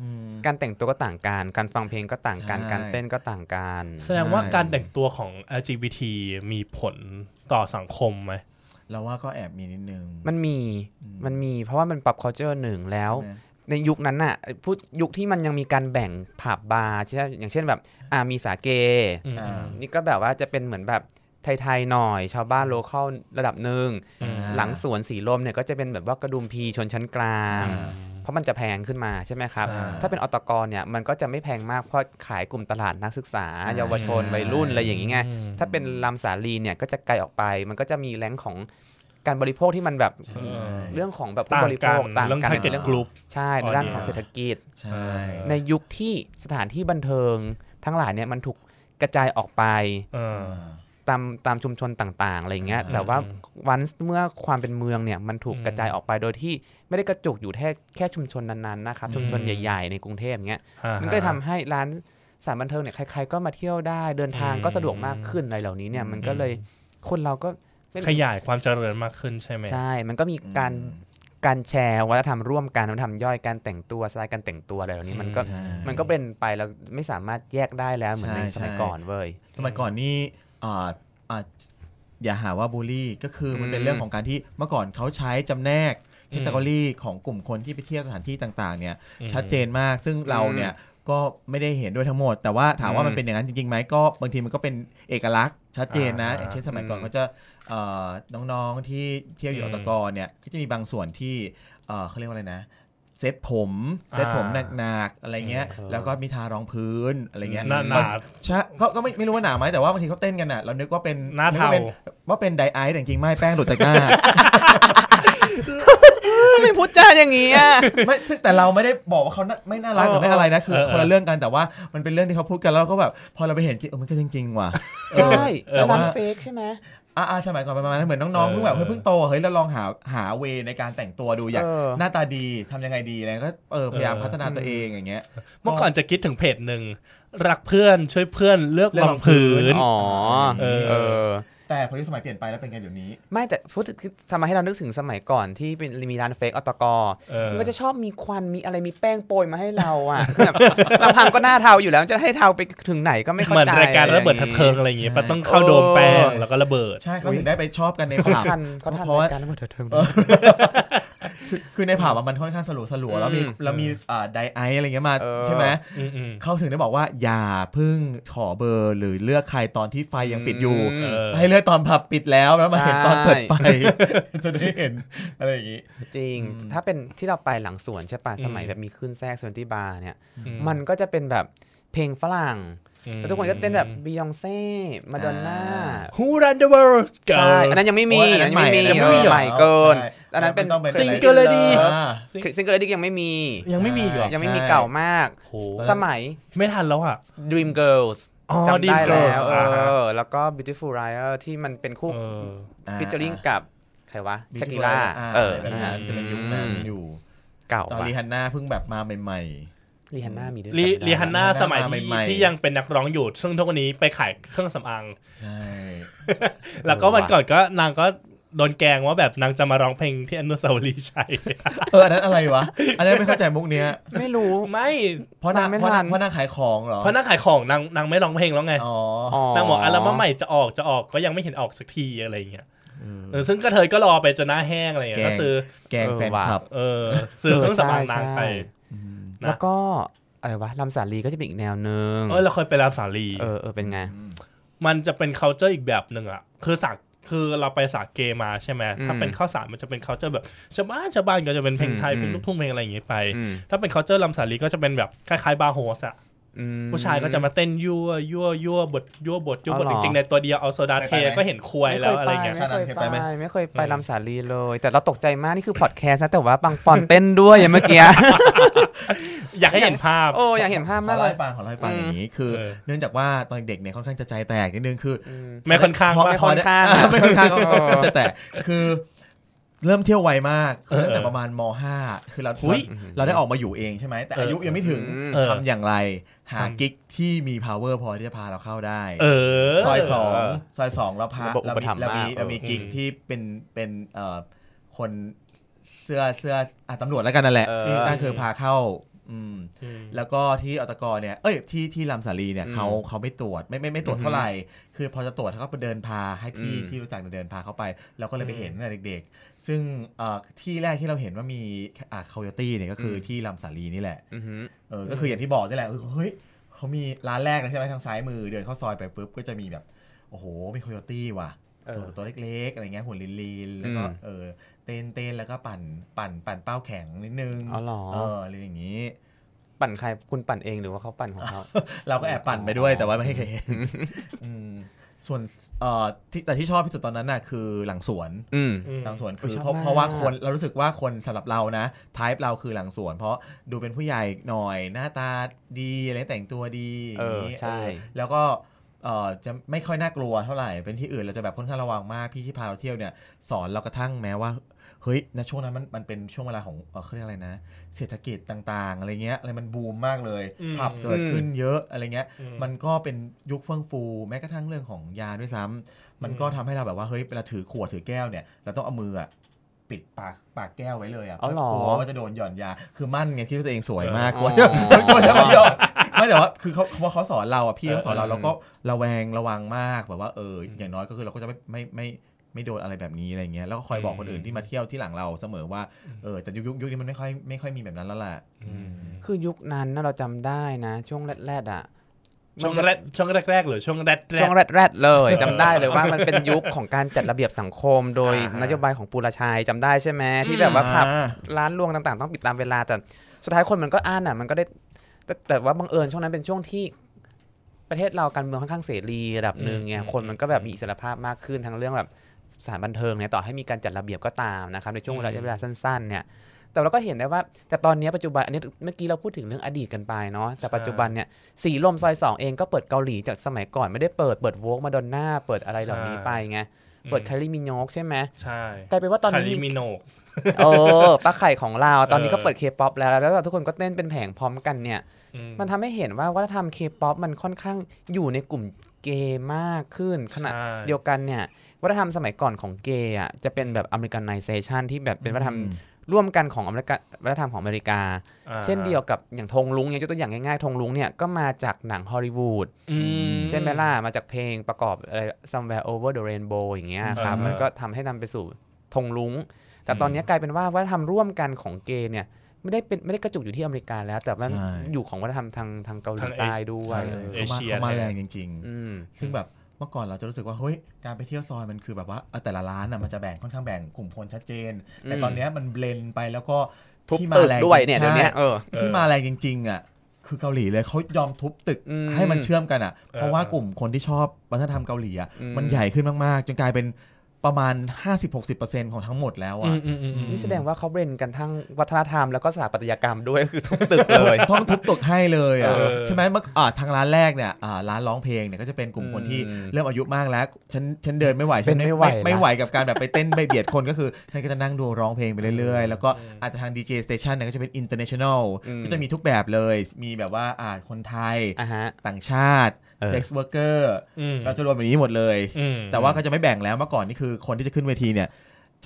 S3: อืม
S2: การแต่งตัวก็ต่างกัน การฟังเพลงก็ต่างกัน
S3: ใช่
S2: การเต้นก็ต่างกัน
S1: แสดงว่าการแต่งตัวของ LGBT มีผลต่อสังคมไหม
S3: เราว่าก็แอบมีนิดนึง
S2: มันมี
S3: อืม
S2: มันมี เพราะว่ามันปรับ culture หนึ่งแล้ว
S3: นะ
S2: ในยุคนั้นน่ะพูดยุคที่มันยังมีการแบ่งผับบาร์ใช่ไหมอย่างเช่นแบบอ่ามีสาเก
S1: อืม
S3: อ่า
S2: นี่ก็แบบว่าจะเป็นเหมือนแบบไทยๆหน่อย ชาวบ้านโลเคอลระดับหนึ่ง
S1: อืม
S3: อ่า
S2: หลังสวนสีลมเนี่ยก็จะเป็นแบบว่ากระดุมพีชนชั้นกลาง
S3: อ่า
S2: เพราะมันจะแพงขึ้นมาใช่ไหมครับ
S3: ใช่
S2: ถ้าเป็นอตกรเนี่ยมันก็จะไม่แพงมากเพราะขายกลุ่มตลาดนักศึกษา
S3: อ่า
S2: เยาวชนวัยรุ่นอะไรอย่างเงี้ย
S1: อืม
S2: ถ้าเป็นลำสาลีเนี่ยก็จะไกลออกไป มันก็จะมีแรงของการบริโภคที่มันแบบ
S3: ใช่
S2: เรื่องของแบบผู้
S1: ต่าง
S2: บริโภ
S1: กัน
S2: คต่าง
S1: เรื่อง
S2: กัน
S1: ทาร์เก็ต
S3: เรื่อง
S1: ก
S3: ของ
S1: ลุ่ม
S2: ใช่ในด้านของเศรษฐกิจ
S3: ใช่
S1: เออ
S2: ในยุคที่สถานที่บันเทิงทั้งหลายเนี่ยมันถูกกระจายออกไป
S3: อ่า
S2: ตามตามชุมชนต่างๆอะไรอย่างเงี้ย
S3: อ่า
S2: แต่ว่าวันเมื่อความเป็นเมืองเนี่ยมันถูก
S1: อืม
S2: กระจายออกไปโดยที่ไม่ได้กระจุกอยู่แค่แค่ชุมชนนั้นๆนะครับ
S1: อืม
S2: ชุมชนใหญ่ๆในกรุงเทพเงี้ย
S1: อ่าฮะ
S2: มันก็เลยทำให้ร้านสถานบันเทิงเนี่ยใคร ๆ ก็มาเที่ยวได้เดินทาง
S1: อืม
S2: ก็สะดวกมากขึ้นอะไรเหล่านี้เนี่ยมันก็เลยคนเราก็ไม่
S1: ขยายความเจริญมากขึ้นใช่ไหม
S2: ใช่ มันก็มีการการแชร์วัฒนธรรมร่วมกันวัฒนธรรมย่อยการแต่งตัวสไตล์การแต่งตัวอะไรเหล่านี้มันก็
S3: ใช่
S2: มันก็เป็นไปเราไม่สามารถแยกได้แล้วเหมือนในสมัยก่อนเว้ย
S3: สมัยก่อนนี่อ่าอ่า อย่าหาว่าบูลลี่ก็คืออ
S2: ม
S3: มันเป็นเรื่องของการที่เมื่อก่อนเขาใช้จำแนกแคตตากรีของกลุ่มคนที่ไปเที่ยวสถานที่ต่างๆเนี่ย
S1: อืม
S3: ชัดเจนมากซึ่งเราเนี่ยก็ไม่ได้เห็นด้วยทั้งหมด แต่ว่าถามว่ามัน
S2: อืม
S3: เป็นอย่างนั้นจริงๆไหมก็บางทีมันก็เป็นเอกลักษณ์ชัดเจนนะ
S2: อ่า
S3: อย่างเช่นสมัยก่อน
S2: อืม
S3: เขาจะเอ่อน้องๆที่เที่ยวอยู่
S1: อื
S3: อ
S1: ม
S3: ตกรเนี่ยก็จะมีบางส่วนที่เอ่อเขาเรียกว่าอะไรนะ เซ็ตผมเซ็ตผม
S1: อ่า
S3: หนักๆอะไรเงี้ย แล้วก็มีทารองพื้นอะไรเงี้ย
S1: หน้าหนา
S3: ใช่ก็ก็ไม่ไม่รู้ว่าหนาไหมแต่ว่าบางทีเขาเต้นกันอ่ะ เรานึกว่าเป็น
S1: หน้าเทา
S3: กว่เป็นว่าเป็นไดไอซ์แต่จริงๆไม่แป้งหลุดจาก หน้า
S2: ทำไมพูดจาอย่างนี้อ่ะ
S3: ไม่ซึ่งแต่เราไม่ได้บอกว่าเขาน่าไม่น่ารักหรือไม่อะไรนะคือ
S1: เออเออ
S3: คนละเรื่องกันแต่ว่ามันเป็นเรื่องที่เขาพูดกันแล้วเราก็แบบพอเราไปเห็นจริงเออมันก็จริง ๆ ว่ะ
S2: ใช่
S1: เออ
S2: แต่ร้าน
S3: ว่า
S2: เฟกใช่ไหม
S3: อ่าสมัยก่อนประมาณนั้นเหมือนน้องๆเพิ่งแบบเฮ้ยเพิ่งโตเฮ้ยเราลองหาหาเวในการแต่งตัวดูอยาก
S2: เออ
S3: หน้าตาดีทำยังไงดีอะไรก็เออพยายามพัฒนาตัวเองอย่างเงี้ย
S1: เมื่อก่อนจะคิดถึงเพจหนึ่งรักเพื่อนช่วยเพื่อนเลือก
S3: เลือก
S1: รองพื้
S3: รองพื้
S1: น
S3: น
S2: อ๋อ
S1: เออ
S2: เออ
S3: แต่พอยุคสมัยเปลี่ยนไปแล้วเป็นไงเดี๋ยวนี้
S2: ไม่แต่พูดถึงคือทำมาให้เรานึกถึงสมัยก่อนที่เป็นมีร้านเฟกอตกอ
S1: เออ
S2: มันก็จะชอบมีควันมีอะไรมีแป้งโปรยมาให้เราอ่ะ คือแบบลำพังก็หน้าเทาอยู่แล้วจะให้เทาไปถึงไหนก็ไม่เข้า
S1: เหมือน
S2: ใจ
S1: รายการ
S2: อไอ
S1: ระ
S2: ย่ง
S1: เบิดทัดเทิง
S2: งี้
S1: อะไรอย่างเงี้ย
S3: ใช่
S1: ปะต้องเข้าโดมแป้งแล้วก็ระเบิด
S3: ใช่เขาถึงได้ไปชอบกันในผับ
S2: ทันเขาทัน
S3: เพราะว่า
S2: รายการระเบิดเถิดเทิง
S3: คือคือในผับอะมันค่อนข้างสลัวสลัวๆแล้วมี
S2: อืม
S3: แล้วมีอ่าไดไอซ์อะไรเงี้ยมา
S2: เออ
S3: ใช่ไหม
S1: อืมอืม
S3: เขาถึงได้บอกว่าอย่าเพึ่งขอเบอร์หรือเลือกใครตอนที่ไฟยังปิดอยู่
S1: เออ
S3: ให้เลือกตอนผับปิดแล้วแล้วมา
S2: ใช่
S3: เห็นตอนเปิดไฟ จะได้เห็นอะไรอย่างนี้
S2: จริง
S3: อืม
S2: ถ้าเป็นที่เราไปหลังสวนใช่ป่ะสมัย
S1: อืม
S2: แบบมีขึ้นแทรกสวนที่บาร์เนี่ย
S1: อื
S2: มันก็จะเป็นแบบเพลงฝรั่ง
S1: อืม
S2: แล้วทุกคนก็เต้นแบบบียองเซ่มาดอนน่า
S1: ฮูรันเดอะเวิลด์
S2: ใช่อันนั้นยังไม่มี
S3: โย
S2: อันนั้นยังไม่มี
S3: อันนั้น
S2: เออใหม่เกิน
S3: ใช่
S2: อันนั้นเป็น
S3: มัต้องเป็น
S2: Singularity
S3: อ่า
S2: ซิงเกิลดิกยังไม่มี
S1: ยังไม่มีอีกเหรอ
S3: ใช่
S2: ยังไม่มีเก่ามาก
S1: โห
S2: สมัย
S1: ไม่ทันแล้วอ่ะ
S2: Dream Girls
S1: อ๋อ
S2: จำได้
S1: ดี
S2: แล้ว
S1: เกิน
S2: เอ
S1: อ่าฮะ
S2: อแล้วก็ Beautiful Liar ที่มันเป็นคู่
S1: เออ
S2: ฟิชเจอริงกับใครวะ
S3: อ่
S2: ชากิล่า
S3: อ่
S2: เออ
S3: แบบนั้นจะเป็นยุคนั้นอยู่
S2: เก่า
S3: ตอน
S2: ว่ะ
S3: รีฮันน่าเพิ่งแบบมาใหม่
S2: รีฮันน่ามีด้วย
S1: ลี
S2: จำไม่ได้
S1: ลีฮันน่า
S3: แล้ว
S1: สมัย
S3: มา
S1: ที่
S3: ใหม่ๆ
S1: ที่ยังเป็นนักร้องอยู่ซึ่งทุกวันนี้ไปขายเครื่องสำ อาง
S3: ๆ ใช่
S1: แล้วก็วันก่อนก็นางก็โดนแกล้งว่าแบบนางจะมาร้องเพลงที่อนุสาวรีย์ชัย
S3: เอออันนั้นอะไรวะอันนั้นไม่เข้าใจมุกเนี้ย
S2: ไม่รู้
S1: ไม่
S3: เพราะนาง
S2: ตามไม่
S3: เพราะ
S2: ทั
S3: นาง
S2: น
S3: เพราะนางขายของเหรอ
S1: เพราะนางขายของนางนางไม่ร้องเพลงแล้วไง
S3: อ๋อ
S1: นางบอกอัลบั้มใหม่จะออกจะออกก็ยังไม่เห็นออกสักทีอะไรอย่างเงี้ยเออซึ่งกระเทยก็รอไปจนหน้าแห้งอะไรอย่างเงี้ยก็
S3: แกง
S1: ซื้อ
S3: แกง
S2: เออ
S3: แฟน
S2: ว่ะ
S3: คลับ
S1: เออซื้อเครื่องสำอาง
S2: เออใช่
S1: นางไป
S2: ใช่
S1: นะ
S2: แล้วก็อะไรวะลำสาลีก็จะเป็นอีกแนวหนึ่ง
S1: เออเราเคยไปรามสาลี
S2: เออเออเป็นไง
S1: มันจะเป็น c u l t u r e อีกแบบหนึ่งอะคือสักคือเราไปสาเกมาใช่ไหมถ้าเป็นข้าวสารมันจะเป็น c u l t u r e แบบชาวบ้านชาวบ้านก็จะเป็นเพลงไทย
S2: อืม
S1: เป็นลูกทุ่งเพลงอะไรอย่างเงี้ยไป
S2: อืม
S1: ถ้าเป็น c u l t u r e ลำสาลีก็จะเป็นแบบคล้ายๆบาร์โฮสอะ
S2: อืม
S1: ผู้ชายก็จะมาเต้นยั่วยั่วยั่วบทยั่วบทยั่วบท
S2: อ๋อเหร
S1: จ
S2: อ
S1: ริงๆในตัวเดียวเอาโซดาเท
S3: เคยไปไหม
S1: ก็เห็นควยแล้วอะไรเงี้ย
S2: ไม่เคย
S3: ชานันเคย
S2: ไป
S3: ไปไหม
S2: ไม่เคยไป
S1: เออ
S2: ลำสาลีเลย แต่เราตกใจมากนี่คือพอดแคสต์นะแต่ว่าปังปอนเต้นด้วยอย่างเมื่อกี้
S1: อยากให้เห็นภาพ
S2: โอ้อยากเห็นภาพ
S3: ข
S2: มา
S3: อก
S2: เล
S3: เล่าย ให้ฟังขอเล่าให้ฟัง
S2: อืม
S3: อย่างนี้คือ
S1: เออ
S3: เนื่องจากว่าตอนเด็กเนี่ยค่อนข้างจะใจแตกนิดนึงคือ
S2: อืม
S1: ไม่ค่อนข้าง
S3: พ
S1: ว่า
S2: ไม่ค่อนข้าง
S3: พ ได้ไม่ค่อนข้างก็
S2: เออ
S3: จะแตกคือเริ่มเที่ยวไวมากคือตั้งแต่
S1: เออ
S3: ประมาณม .5 คือเรา
S1: หุ้ย
S3: เราได้ออกมาอยู่เองใช่ไหมแต่
S1: เอออ
S3: อายุยังไม่ถึง
S1: เออ
S3: ทำอย่างไร หากิ๊กที่มี power พอที่จะพาเราเข้าได้
S1: เออ
S3: ซอยสองซอยสองเราพา
S2: ระบบอุ
S3: เรา
S2: ป
S3: มี
S2: ถัมภ์
S3: เรามี
S2: มาก
S3: เรามีกิ๊ก
S1: เออ
S3: ที่เป็นเป็นเอ่อคนเสื้อเสื้ออ่ะตำรวจแล้วกันนั่นแหละ
S2: เออ
S3: ก็คือพาเข้า อืม
S1: อืม
S3: แล้วก็ที่อตกรเนี่ย เอ้ย ที่ที่ลำสาลีเนี่ย
S2: อืม
S3: เขาเขาไม่ตรวจ ไม่ไม่ไม่ตรวจ
S2: อือฮึ
S3: เท่าไหร่ คือพอจะตรวจเขาก็ไปเดินพาให้พี่
S2: อืม
S3: ที่รู้จักเนี่ยเดินพาเขาไป เราก็เลยไป
S1: อืม
S3: เห็นตั้งแต่เด็กๆ ซึ่งเอ่อที่แรกที่เราเห็นว่ามีอ่าคโยตี้เนี่ยก็คืออที่ลำสาลีนี่แหละ
S2: อือหือ
S3: เออ ก็คืออย่างที่บอกนี่แหละคือเฮ้ยเขามีร้านแรกนะใช่ไหมทางซ้ายมือ เดินเข้าซอยไปปุ๊บก็จะมีแบบ โอ้โห มีคโยตี้ว่ะ
S2: เออ
S3: ตัวตัวเล็กๆ อะไรเงี้ยหุ่นลีนๆ แล้วก็
S2: อืม
S3: เออเต้นเต้นแล้วก็ปั่นปั่นปั่นเป้าแข็งนิดนึง
S2: อ๋อเหรอ
S3: เอออะไรอย่างนี้
S2: ปั่นใครคุณปั่นเองหรือว่าเขาปั่นของเขา
S3: เราก็แอบปั่นไปด้วย
S2: อ๋อ
S3: แต่ว่าไม่เคยเห็นอืมส่วนเอ่อที่แต่ที่ชอบที่สุดตอนนั้นน่ะคือหลังสวน
S2: อืม
S3: หลังสวนคื
S2: โอ้ย
S3: อ
S2: ชอบ
S3: เพราะ
S2: มาก
S3: เพราะว่าคนเรารู้สึกว่าคนสำหรับเรานะทายเราคือหลังสวน เพราะดูเป็นผู้ใหญ่หน่อยหน้าตาดีอะไรแต่งตัวดี
S2: เออ
S3: อย่างนี้
S2: ใช่
S3: เออแล้วก็เอ่อจะไม่ค่อยน่ากลัวเท่าไหร่เป็นที่อื่นเราจะแบบค่อนข้างระวังมากพี่ที่พาเราเที่ยวเนี่ย สอนเรากระทั่งแม้ว่าเฮ้ยณช่วงนั้นมันมันเป็นช่วงเวลาของเอ่อเขาเรียกอะไรนะ เศรษฐกิจต่างๆ อะไรเงี้ยอะไรมันบูมมากเลย
S1: อืม
S3: ผับเกิด
S2: อืม
S3: ขึ้นเยอะอะไรเงี้ย
S1: อืม
S3: มันก็เป็นยุคเฟื่องฟูแม้กระทั่งเรื่องของยาด้วยซ้ำมันก็ทำให้เราแบบว่าเฮ้ยเวลาถือขวดถือแก้วเนี่ย เราต้องเอามืออะ ปิดปากปากแก้วไว้เลยอ่ะ
S2: อ๋อเหรอ
S3: กลัวว่าจะโดนหย่อนยา คือมั่นไงที่ว่าตัวเองสวยมากก
S2: อ๋
S3: ลั
S2: อ
S3: วจะกลัวจะไม่ ยอมไม่แต่ว่าคือเขาเขาเขาสอนเราอ่ะพี่เขาสอนเรา
S2: เออ
S3: เราก็ระแวงระวังมากแบบว่าเอออย่างน้อยก็คือเราก็จะไม่ไม่ไม่ไม่โดนอะไรแบบนี้อะไรเงี้ยแล้วก็คอยบอกคนอื่นที่มาเที่ยวที่หลังเราเสมอว่าเออแต่ยุคยุคยุคนี้มันไม่ค่อยไม่ค่อยมีแบบนั้นแล้วแหละ
S1: อืม
S2: คือยุคนั้นนะเราจำได้นะ ช่วงแรกๆอ่ะ
S1: ช่วง
S2: มันจะ
S1: แรกช่วงแรกๆหรือช่วงแรกๆ
S2: ช่วงแรกๆเลยจำได้เลยว่ามันเป็นยุคของการจัดระเบียบสังคม โดย
S1: อ่าฮะ
S2: นโยบายของปูรชัยจำได้ใช่ไหมที่แบบว่าผับ
S3: อ่
S2: ร้านรวงต่างๆ ต้องปิดตามเวลา แต่สุดท้ายคนมันก็อ่านอ่ะ มันก็ได้แต่แต่ว่าบังเอิญช่วงนั้นเป็นช่วงที่ประเทศเราการเมืองค่อนข้างเสรีระดับหนึ่งไง
S1: อืม
S2: คนมันก็แบบ
S1: อืม
S2: มีอิสรภาพมากขึ้นทั้งเรื่องแบบสถารบันเทิงเนี่ยต่อให้มีการจัดระเบียบก็ตามนะครับในช่วงเวลา
S1: อืม
S2: เวลาสั้นๆเนี่ยแต่เราก็เห็นได้ว่าแต่ตอนเนี้ยปัจจุบันอันนี้เมื่อกี้เราพูดถึงเรื่องอดีตกันไปเนาะแต่ปัจจุบันเนี่ยสีลมซอยสองเองก็เปิดเกาหลีจากสมัยก่อนไม่ได้เปิดเปิดวอกมาดอนน่าเปิดอะไรเหล่านี้ไปไงเปิดคาริมิโนกใช่ไหม
S1: ใช่
S2: กลายเป็นว่าตอน
S1: คา
S2: นี้
S1: ริ
S2: มี
S1: มิโนะ
S2: เออปลาไข่ของเรา ตอนนี้
S1: เออ
S2: ก็เปิดเคป๊อปแล้ว แล้วก็ทุกคนก็เต้นเป็นแผงพร้อมกันเนี่ย
S1: อืม
S2: มันทำให้เห็นว่าวัฒนธรรมเคป๊อปมันค่อนข้างอยู่ในกลุ่มเกย์มากขึ้น ขณะ
S1: ใช่
S2: เดียวกันเนี่ย วัฒนธรรมสมัยก่อนของเกย์อ่ะจะเป็นแบบอเมริกันไนเซชันที่แบบเป็นวัฒนธรรมร่วมกันของอเมริกาวัฒนธรรมของอเมริกา
S1: อ่า
S2: เช่นเดียวกับอย่างธงลุงเนี่ยยกตัวอย่างง่ายๆธงลุงเนี่ยก็มาจากหนังฮอลลีวูด
S1: อื
S2: ใช่ไหมล่ะ มาจากเพลงประกอบอะไร somewhere over the rainbow อย่างเงี้ยครับ
S3: อ่าฮะ
S2: มันก็ทำให้นำไปสู่ธงลุง แต่ตอนเนี้ยกลายเป็นว่าวัฒนธรรมร่วมกันของเกย์เนี่ย ไม่ได้เป็นไม่ได้กระจุกอยู่ที่อเมริกาแล้ว แต่มัน
S3: ใช่
S2: อยู่ของวัฒนธรรมทางทางเกาหลีใต้ด้วย
S3: ใช่
S2: เออ
S1: เอ
S3: เขามา
S1: เชีย
S3: เขามาแรงจริง ๆ
S2: อืม
S3: ซึ่งแบบเมื่อก่อนเราจะรู้สึกว่าเฮ้ยการไปเที่ยวซอยมันคือแบบว่าเอ่อแต่ละร้านน่ะมันจะแบ่งค่อนข้างแบ่งกลุ่มคนชัดเจน แต่
S2: อืม
S3: ตอนเนี้ยมันเบลนไปแล้วก็
S2: ทุบ
S3: ที่
S2: ตึก
S3: แรง
S2: ด้วยเนี่ยเดี๋ยวเนี้ย
S3: ใช่
S2: เออ
S3: ที่มาแรงจริงๆอ่ะคือเกาหลีเลยเขายอมทุบตึก
S2: อืม
S3: ให้มันเชื่อมกันอ่ะ เพราะว่า
S1: เออ
S3: กลุ่มคนที่ชอบวัฒนธรรมเกาหลีอ่ะ
S2: อืม
S3: มันใหญ่ขึ้นมากๆ จนกลายเป็นประมาณ 50-60%ของทั้งหมดแล้ว
S1: อื
S3: อ่ะ
S1: มอืมอืมอืม
S2: นี่แสดงว่าเขาเบรนกันทั้งวัฒนธรรมแล้วก็สถาปัตยกรรมด้วยก็คือทุบตึกเลย
S3: ต้องทุบตึกให้เลยอ่ะ
S1: เออ
S3: ใช่ไหมเมื่ออ่าทางร้านแรกเนี่ยอ่าร้านร้องเพลงเนี่ยก็จะเป็นกลุ่มคนที่
S2: อืม
S3: เริ่มอายุมากแล้ว ฉันฉันเดินไม่ไหว
S2: เป็
S3: ฉั
S2: น
S3: น
S2: ไม่
S3: ไม่
S2: ไหวละ
S3: ไม่ไหวกับการแบบไปเต้น ไปเบียดคนก็คือ ฉันก็จะนั่งดูร้องเพลงไปเรื่อยๆ แล้วก็อาจจะทางดีเจสเตชันเนี่ยก็จะเป็นอินเตอร์เนชั่นแนลก็จะมีทุกแบบเลย มีแบบว่าอ่าคนไทย
S2: อ่ะฮะ
S3: ต่างชาติ
S2: เออ
S3: เซ็กซ์เวิร์กเกอร์
S1: อืม
S3: เราจะรวมแบบนี้หมดเลย
S1: อืม
S3: แต่ว่าเขาจะไม่แบ่งแล้วเมื่อก่อนนี่คือคนที่จะขึ้นเวทีเนี่ย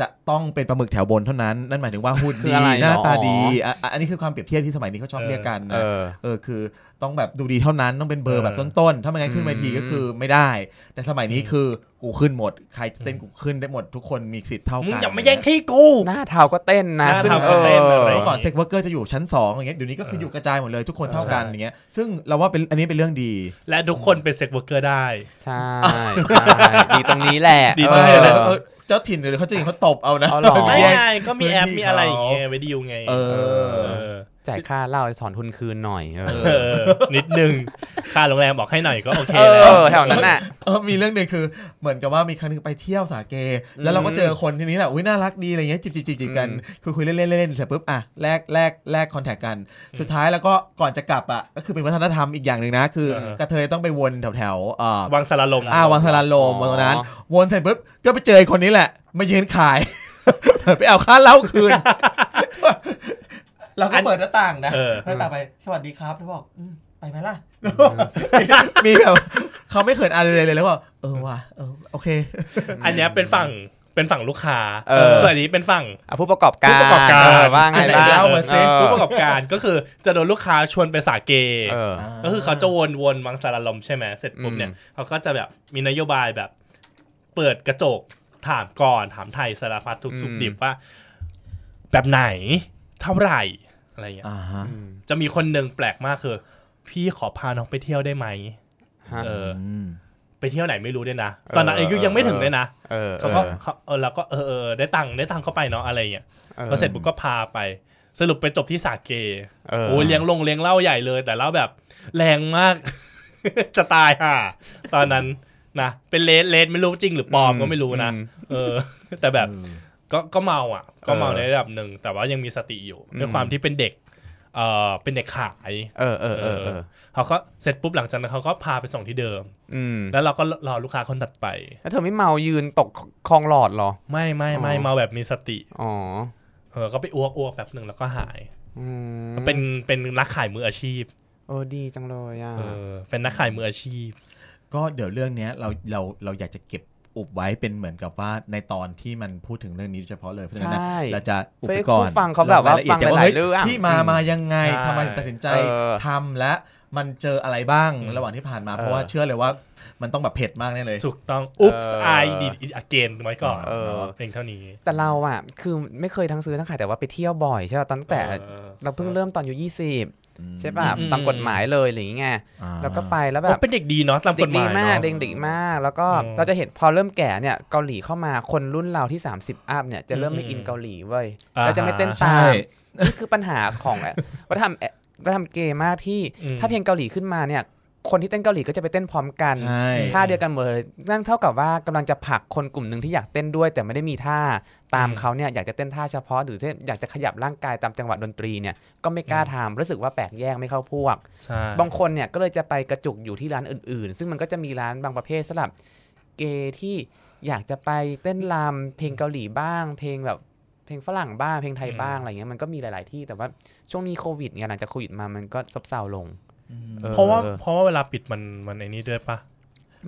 S3: จะต้องเป็นปลาหมึกแถวบนเท่านั้น นั่นหมายถึงว่าหุ่น
S2: คือ
S3: ดี
S2: อะไร
S3: หน้าตา
S2: เนาะ
S3: ดีอ่ะอ่ะอันนี้คือความเปรียบเทียบที่สมัยนี้เขาชอบ
S1: เออ
S3: เรียกกันนะ
S2: เออ
S3: เออคือต้องแบบดูดีเท่านั้นต้องเป็นเบอร์
S1: เออ
S3: แบบต้นๆ ถ้าไม่งั้นขึ้นเวที
S2: อืม
S3: ก็คือไม่ได้ แต่สมัยนี้
S1: อืม
S3: คือกูขึ้นหมด ใครจะเต้นกูขึ้นได้หมดทุกคนมีสิทธิ์เท่ากัน
S1: มึงอย่ามาแย่งที่กู
S2: หน้าเทาก็เต้นนะ
S1: หน้าเทาก็
S2: ออ
S1: เต้นอะไร
S3: เมื่อก่อนเซ็กเวิร์กเกอร์จะอยู่ชั้น 2 อย่างเงี้ยเดี๋ยวนี้ก็คืออยู่กระจายหมดเลยทุกคนเท่ากัน
S1: ใช่
S3: อย่างเงี้ยซึ่งเราว่าเป็นอันนี้เป็นเรื่องดี
S1: และทุกคนเป็นเซ็กเวอร์เกอร์ได้
S2: ใช่ใช่ ดีตรงนี้แหละ
S1: ดี
S3: ไม่
S2: เออ
S3: แล้วเออเจ้าถิ่นหรือเขาจะยิงเขาตบเอานะ
S2: เอาหรอ
S1: ไม่
S3: แย่ง
S1: ไงก็มีแอป
S3: พื้นที่
S1: มีอะไรอย่างเงี้ย
S3: เขา
S1: ไว้ดีลไง
S3: เออ
S1: เออ
S2: จ่ายค่าเหล้าถอนทุนคืนหน่อยเออ
S1: เออ นิดนึงค่าโรงแรมบอกให้หน่อยก็โอเค
S2: เอ
S1: แล้ว
S2: อแถวนั้นน่ะ
S3: เออมีเรื่องหนึ่งคือเหมือนกับว่ามีครั้งหนึงไปเที่ยวสาเก
S2: อื
S3: แล้ว
S2: ม
S3: เราก็เจอคนทีนี้แหละอุ้ยน่ารักดีอะไรเงี้ยจิบจิบจิบจิบกัน
S2: อืม
S3: คุยคุยเล่นเล่นเล่นเสร็จปุ๊บอ่ะแลกแลกแลกคอนแทคกัน สุดท้ายแล้วก็ก่อนจะกลับอ่ะก็คือเป็นวัฒนธรรมอีกอย่างหนึ่งนะ คือ
S1: เออ
S3: กระเทยต้องไปวนแถวแถวๆเอ่อ
S1: วังสารลม
S3: อ่าวังสารลมวันตรงนั้น วนเสร็จปุ๊บก็ไปเจอคนนี้แหละมายืนขาย ไปเอาค่าเหล้าคืน เราก็เปิดหน้าต่างนะ
S1: เออ
S3: หน้าต่างไปสวัสดีครับแล้วบอกอืมไปไหมล่ะ มีแบบเขาไม่เขินอะไรเลยแล้วก็เออว่ะเออโอเค
S1: อันเนี้ยเป็นฝั่งเป็นฝั่งลูกค้า
S2: เออ
S1: ส่วนอันนี้เป็นฝั่ง
S2: อ่ะผู้ประกอบการ
S1: ผู้ประกอบการ
S2: เว่าไงบ้าง
S3: ไหนเล่ามาสิ
S2: เออ
S1: ผู้ประกอบการก็คือจะโดนลูกค้าชวนไปสาเก
S2: เออ
S1: ก็คือเขาจะวนวนวังสารลมใช่ไหมเสร็จปุ๊บเนี่ย
S2: อืม
S1: เขาก็จะแบบมีนโยบายแบบ เปิดกระจกถามก่อนถามไทยสารพัดทุกสุกดิบว่า แบบไหนเท่าไหร่อะไรเงี้ย
S3: อ่าฮะ
S2: อืม
S1: จะมีคนหนึ่งแปลกมากคือ พี่ขอพาน้องไปเที่ยวได้ไหม
S2: ฮะ
S1: เออ
S3: ม
S1: ไปเที่ยวไหนไม่รู้ด้วยนะ
S2: เออ
S1: ตอนนั้นอายุ
S2: เออ
S1: ยังไม่ถึงเลยนะ
S2: เออ
S1: เขาก็เขาเออเราก็เออเออได้ตังค์ได้ตังค์เข้าไปเนาะอะไรเงี้ย
S2: ออ
S1: ก็เสร็จปุ๊บก็พาไป สรุปไปจบที่สาเก
S2: เออ
S1: โอ้ยเลี้ยงลงเลี้ยงเหล่าใหญ่เลยแต่เหล่าแบบแรงมาก จะตายห่าตอนนั้นนะเป็นเลสเลสไม่รู้จริงหรือปลอมก็ไม่รู้นะ
S2: อื
S1: เออ แต่แบบก็ก็เมาอ่ะ ก็เมา
S2: เออ
S1: ในระดับหนึ่งแต่ว่ายังมีสติอยู่
S2: อืม
S1: ด้วยความที่เป็นเด็กเออเป็นเด็กขาย
S2: เออเออเออเออ
S1: เขาก็เสร็จปุ๊บหลังจากนั้นเขาก็พาไปส่งที่เดิม
S2: อืม
S1: แล้วเราก็รอลูกค้าคนถัดไป
S2: แล้วเธอไม่เมายืนตกคลองหลอดเหรอ
S1: ไม่ไม่ไม่
S2: อ๋อ
S1: เมาแบบมีสติ
S2: อ๋อ
S1: เออก็ไปอ้วกอ้วกแบบหนึ่งแล้วก็หาย
S2: อืม
S1: เป็นเป็นนักขายมืออาชีพ
S2: เออดีจังเลยอ่ะ
S1: เออเป็นนักขายมืออาชีพ
S3: ก็เดี๋ยวเรื่องเนี้ยเราเราเราอยากจะเก็บ อุบไว้เป็นเหมือนกับว่าในตอนที่มันพูดถึงเรื่องนี้โดยเฉพาะเลยเพราะฉะนั้นนะ
S2: ใช่
S3: เราจะอุบ
S2: เพื่อให้
S3: ไปก่อ
S2: ผู้
S3: น
S2: ฟังเขาแบบว่าร
S3: ยละยด
S2: ฟังหลายๆ
S3: จะว่ฮ้
S2: เรื่อง
S3: ที่มา
S2: อืม
S3: มายังไง
S1: ใช่
S3: ทำไมถึงตัดสินใจ
S2: เออ
S3: ทำและมันเจออะไรบ้างระหว่างที่ผ่านมา
S2: เออ
S3: เพราะว่าเชื่อเลยว่ามันต้องแบบเผ็ดมากแน่เลย
S1: ถูกต้อง Oops
S2: เออ
S1: I did it again ไว้ก่อน
S2: เออ
S1: เนาะเพลงเท่านี้
S2: แต่เราอ่ะคือไม่เคยทั้งซื้อทั้งขายแต่ว่าไปเที่ยวบ่อยใช่ป่ะตั้งแต่
S1: เออ
S2: เราเพิ่งเริ่มตอนอายู่ 20 ใช่ป่ะ
S1: อืม
S2: ตามกฎหมายเลยอะไรอย่างเงี้ย
S3: อ่า
S2: แล้วก็ไปแล้วแบ
S1: โอ้
S2: บ
S1: เป็นเด็กดีเนาะตาม
S2: เด็
S1: ก
S2: ก
S1: ฎห
S2: ดี
S1: มาย
S2: มาก
S1: เนาะ
S2: เด็กดีมาก แล้วก็
S1: อืม
S2: เราจะเห็นพอเริ่มแก่เนี่ยเกาหลีเข้ามาคนรุ่นเราที่ 30 อัพเนี่ยจะเริ่มไม่อิน
S1: อืม
S2: เกาหลีเว้ย
S1: อ่าฮะ
S2: แล้วจะไม่เต้น
S3: ใช่
S2: ตาม นี่คือปัญหาของ วัฒนธรรมเอ่อวัฒนธรรมเกย์มากที่
S1: อืม
S2: ถ้าเพลงเกาหลีขึ้นมาเนี่ย คนที่เต้นเกาหลีก็จะไปเต้นพร้อมกัน
S3: ใช่
S2: ท่าเดียวกันหมดเลยนั่นเท่ากับว่ากำลังจะผลักคนกลุ่มหนึ่งที่อยากเต้นด้วย แต่ไม่ได้มีท่าตามเขาเนี่ยอยากจะเต้นท่าเฉพาะหรือเช่นอยากจะขยับร่างกายตามจังหวะดนตรีเนี่ยก็ไม่กล้าทำรู้สึกว่าแปลกแยกไม่เข้าพวก
S1: ใช่
S2: บางคนเนี่ยก็เลยจะไปกระจุกอยู่ที่ร้านอื่น ๆ ซึ่งมันก็จะมีร้านบางประเภทสำหรับเกย์ที่อยากจะไปเต้นรำเพลงเกาหลีบ้าง เพลงแบบเพลงฝรั่งบ้างเพลงไทยบ้างอะไรเงี้ยมันก็มีหลาย ๆ ที่แต่ว่าช่วงนี้โควิดเนี่ยหลังจากโควิดมามันก็ซบเซาลง เออ
S1: เพราะว่าเพราะว่าเวลาปิดมันมันไอ้นี้ด้วยปะ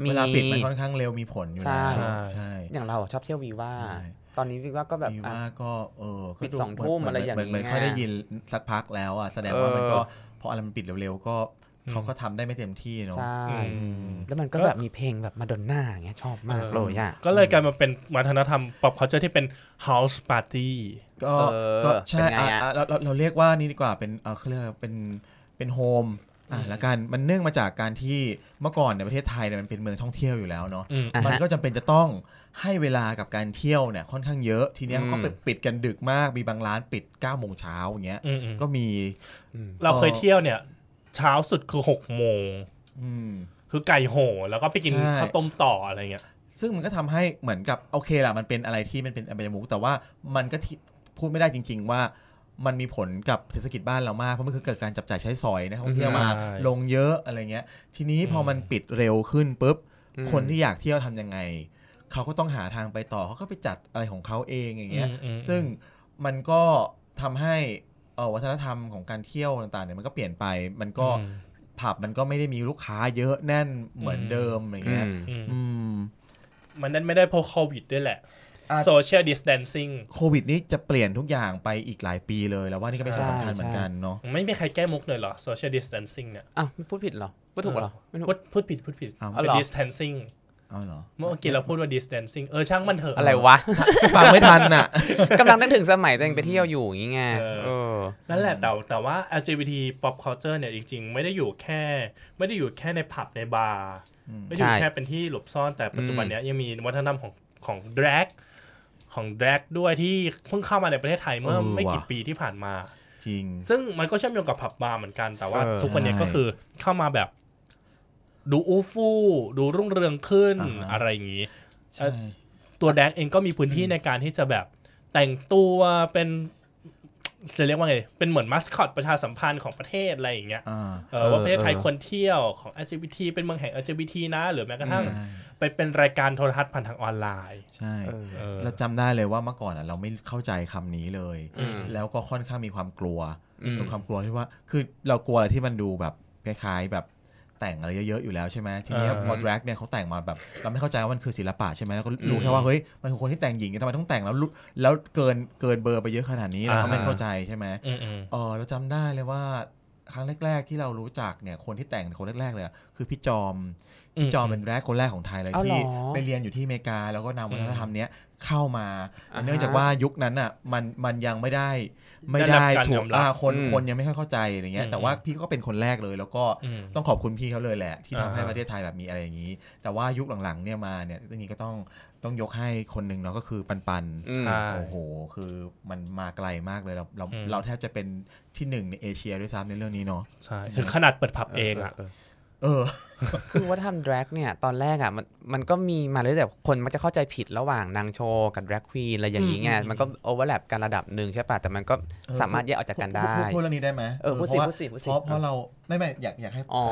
S2: มี
S3: เวลาปิดมันค่อนข้างเร็วมีผลอยู่นะ
S2: ใช่
S3: ใช่
S2: อย่างเราอะชอบเที่ยววีว่า
S3: ใช่
S2: ตอนนี้วีว่าก็แบบ
S3: มี
S2: อ่ะ
S3: ว่าก็เออก็
S2: ปิดสองทุ่ม
S3: เหน
S2: อะไรอย่าง
S3: เหมืนเหมือน
S2: เงี้ย
S3: ค่อยได้ยินสักพักแล้วอ่ะแสดง
S2: เออ
S3: ว่ามันก็พออะไรมันปิดเร็วๆก็
S1: อืม
S3: เขาก็ทำได้ไม่เต็มที่เนาะ
S2: ใช่
S1: อืม
S2: แล้วมันก็
S1: ก็
S2: แบบมีเพลงแบบมาดอนน่าอย่างเงี้ยชอบมากเลยอ่ะ
S1: ก็เลยกลายมาเป็นวัฒนธรรม pop culture ที่เป็น house party
S3: ก็
S2: เออ
S3: ก็ใช่
S2: เป็นไง
S3: อ่ะ
S2: อะ
S3: อ่ะเราเราเราเรียกว่านี่ดีกว่าเป็นเออเขาเรียกว่าเป็นเป็นโฮมอ่ะละกันมันเนื่องมาจากการที่เมื่อก่อนในยประเทศไทยเนี่ยมันเป็นเมืองท่องเที่ยวอยู่แล้วเนาะ
S1: อืม
S2: อ่ะฮะ
S3: มันก็จำเป็นจะต้องให้เวลากับการเที่ยวเนี่ยค่อนข้างเยอะทีเนี้ย
S2: อืม
S3: เขาก็ไปปิดกันดึกมากมีบางร้านปิด9ก้าโมงเช้าอย่างเงี้ย
S1: อืมอืม
S3: ก็มี
S2: อืม
S1: เราเคยเที่ยวเนี่ย เช้าสุดคือหกโมง
S3: อืม
S1: คือไก่โหแล้วก็ไปกิน
S3: ใช่
S1: ข้าวต้มต่ออะไรเงี้ย
S3: ซึ่งมันก็ทำให้เหมือนกับโอเคล่ะมันเป็นอะไรที่มันเป็นอบายมุกแต่ว่ามันก็ที่พูดไม่ได้จริง ๆ ว่ามันมีผลกับเศรษฐกิจบ้านเรามากเพราะมันคือเกิดการจับจ่ายใช้สอยนะท่องเที่ยวมา
S1: ใช่
S3: ลงเยอะอะไรเงี้ย ทีนี้พออ
S1: ม
S3: มันปิดเร็วขึ้นปุ๊บ
S2: อืม
S3: คนที่อยากเที่ยวทำยังไงเขาก็ต้องหาทางไปต่อเขาก็ไปจัดอะไรของเขาเองอย่างเงี้ย
S1: อืมอืม
S3: ซึ่งมันก็ทำให้เอ่อวัฒนธรรมของการเที่ยวต่างๆเนี่ยมันก็เปลี่ยนไป มันก็ผับมันก็ไม่ได้มีลูกค้าเยอะแน่นเหมือน
S1: อืม
S3: เดิมอะไร
S2: อื
S3: เงี้ย
S2: ม
S1: อืม
S3: อืม
S1: มันนั้นไม่ได้เพราะโควิดด้วยแหละ
S3: อ่ะ
S1: social distancing
S3: โควิดนี่จะเปลี่ยนทุกอย่างไปอีกหลายปีเลยแล้วว่านี่ก็เป็นส่วนสำคัญ
S2: ใช่
S3: เหมือนกันเนาะ
S1: ไม่มีใครแก้มุกเลยเหรอ social distancing เนี่ย
S2: อ้าวพูดผิดเหรอพูดถูกเหรอไม่ถูก
S1: พูดพูดผิดพูดผิด
S3: เอา
S2: เอา
S1: เป็
S2: เห
S1: น
S2: รอ
S1: distancing
S3: เอาเหรอ
S1: เมื่อกี้เราพูดว่า distancing เออช่างมันเถอะ
S2: อะไรวะ
S3: ฟังไม่ทันอ่ะ
S2: กำลังนึกถึงสมัยตัวเองไปเที่ยวอยู่อย่างงี้ไง
S1: เออ
S2: เออ
S1: นั่นแหละแต่แต่ว่า LGBT pop culture เนี่ยจริง ๆ ไม่ได้อยู่แค่ ไม่ได้อยู่แค่ในผับในบาร์
S3: อืม
S1: ไม่ได้อยู่
S2: ใช่
S1: แค่เป็นที่หลบซ่อนแต่ปัจจุบันเนี้ยยังมีวัฒนธรรมของของ drag ของ drag ด้วยที่เพิ่งเข้ามาในประเทศไทยเมื่อ
S3: เออ
S1: ไม่กี่
S3: ว่ะ
S1: ปีที่ผ่านมา
S3: จริง
S1: ซึ่งมันก็เชื่อมโยงกับผับบาร์เหมือนกันแต่ว่า
S2: เออ
S1: ทุกวันเนี้ย
S3: ใช่
S1: ก็คือเข้ามาแบบ ดูอูฟู่ดูรุ่งเรืองขึ้น
S3: อ่าฮะ
S1: อะไรอย่างนี้
S3: ใช่
S1: ตัวแดกเองก็มีพื้นที่ในการที่จะแบบแต่งตัวเป็นจะเรียกว่าไง เป็นเหมือนมัสคอตประชาสัมพันธ์ของประเทศอะไรอย่างเงี้ย
S3: อ่า
S1: เออว่าป
S2: เออ
S1: ระเทศไทย
S2: เออ
S1: ควรเที่ยวของ LGBT เป็นเมืองแห่ง LGBT นะหรือแม้กระทั่ง
S3: ใช่
S1: ไปเป็นรายการโทรทัศน์ผ่านทางออนไลน์
S3: ใช่
S2: เออ
S1: เออ
S3: เราจำได้เลยว่าเมื่อก่อนอ่ะเราไม่เข้าใจคำนี้เลย
S2: อืม
S3: แล้วก็ค่อนข้างมีความกลัว
S2: อืม
S3: เป็นความกลัวที่ว่า คือเรากลัวอะไรที่มันดูแบบคล้ายๆแบบแต่งอะไรเยอะๆอยู่แล้วใช่ไหมทีนี้
S1: อ่า
S3: พอดรกเนี่ยเขาแต่งมาแบบ เราไม่เข้าใจว่ามันคือศิลปะใช่ไหมแล้วก็
S2: อื
S3: รู้
S2: ม
S3: แค่ว่าเฮ้ยมันคือคนที่แต่งหญิงทำไมต้องแต่งแล้วรู้แล้วเกินเกินเบอร์ไปเยอะขนาดนี้เราก็ไม่
S2: อ่า
S3: เข้าใจใช่ไหม
S1: อืมอืม
S3: เออเราจำได้เลยว่าครั้งแรก ๆ ที่เรารู้จักเนี่ยคนที่แต่งคนแรกๆเลยอะคือพี่จอมพี่จอมเป็นแรกคนแรกของไทยเลย
S2: อ้าวเหรอ
S3: ที่ไปเรียนอยู่ที่อเมริกาแล้วก็นำวัฒนธรรมเนี้ยเข้ามา
S2: อ่าฮะ
S3: เนื่องจากว่ายุคนั้นอ่ะมันมันยังไม่ได้ ไม่
S1: รับ
S3: ได้
S1: การ
S3: ถู
S1: ย
S3: ก
S1: อมรับ
S3: อ่าคน
S2: อืม
S3: คนยังไม่ค่อยเข้าใจอะไรเงี้ย
S1: อืม
S3: แต่ว่าพี่ก็เป็นคนแรกเลย แล้วก็
S1: อืม
S3: ต้องขอบคุณพี่เขาเลยแหละ ที่ทำให้
S1: อ่าฮะ
S3: ประเทศไทยแบบมีอะไรอย่างนี้ แต่ว่ายุคหลังๆเนี่ยมาเนี่ยตรงนี้ก็ต้องต้องยกให้คนหนึ่งเนาะก็คือปันปัน
S2: อืม
S1: ใช่
S3: โอ้โห คือมันมาไกลมากเลยเราเรา
S1: อืม
S3: เราแทบจะเป็นที่หนึ่งในเอเชียด้วยซ้ำในเรื่องนี้เนาะ
S1: ใช่ถึงขนาดเปิดผับเองอ่ะ
S3: เออ
S2: คือว่าทำ drag เนี่ย ตอนแรกอ่ะมันมันก็มีมาเลยแต่คนมันจะเข้าใจผิดระหว่างนางโชว์กับ drag queen อะไรอย่างนี้ไง
S1: อืมอืม
S2: มันก็ overlap กันระดับหนึ่งใช่ป่ะ แต่มันก็
S3: เออ
S2: สามารถแยกออกจากกันได้
S3: พูดพูดพูดเรื่องนี้ได้ไหม
S2: เออพูดสิ
S3: พราะว่า
S2: พูดสิพูดสิ
S3: เพราะเพราะเราไม่ไม่อยากอยากให้
S2: อ๋อ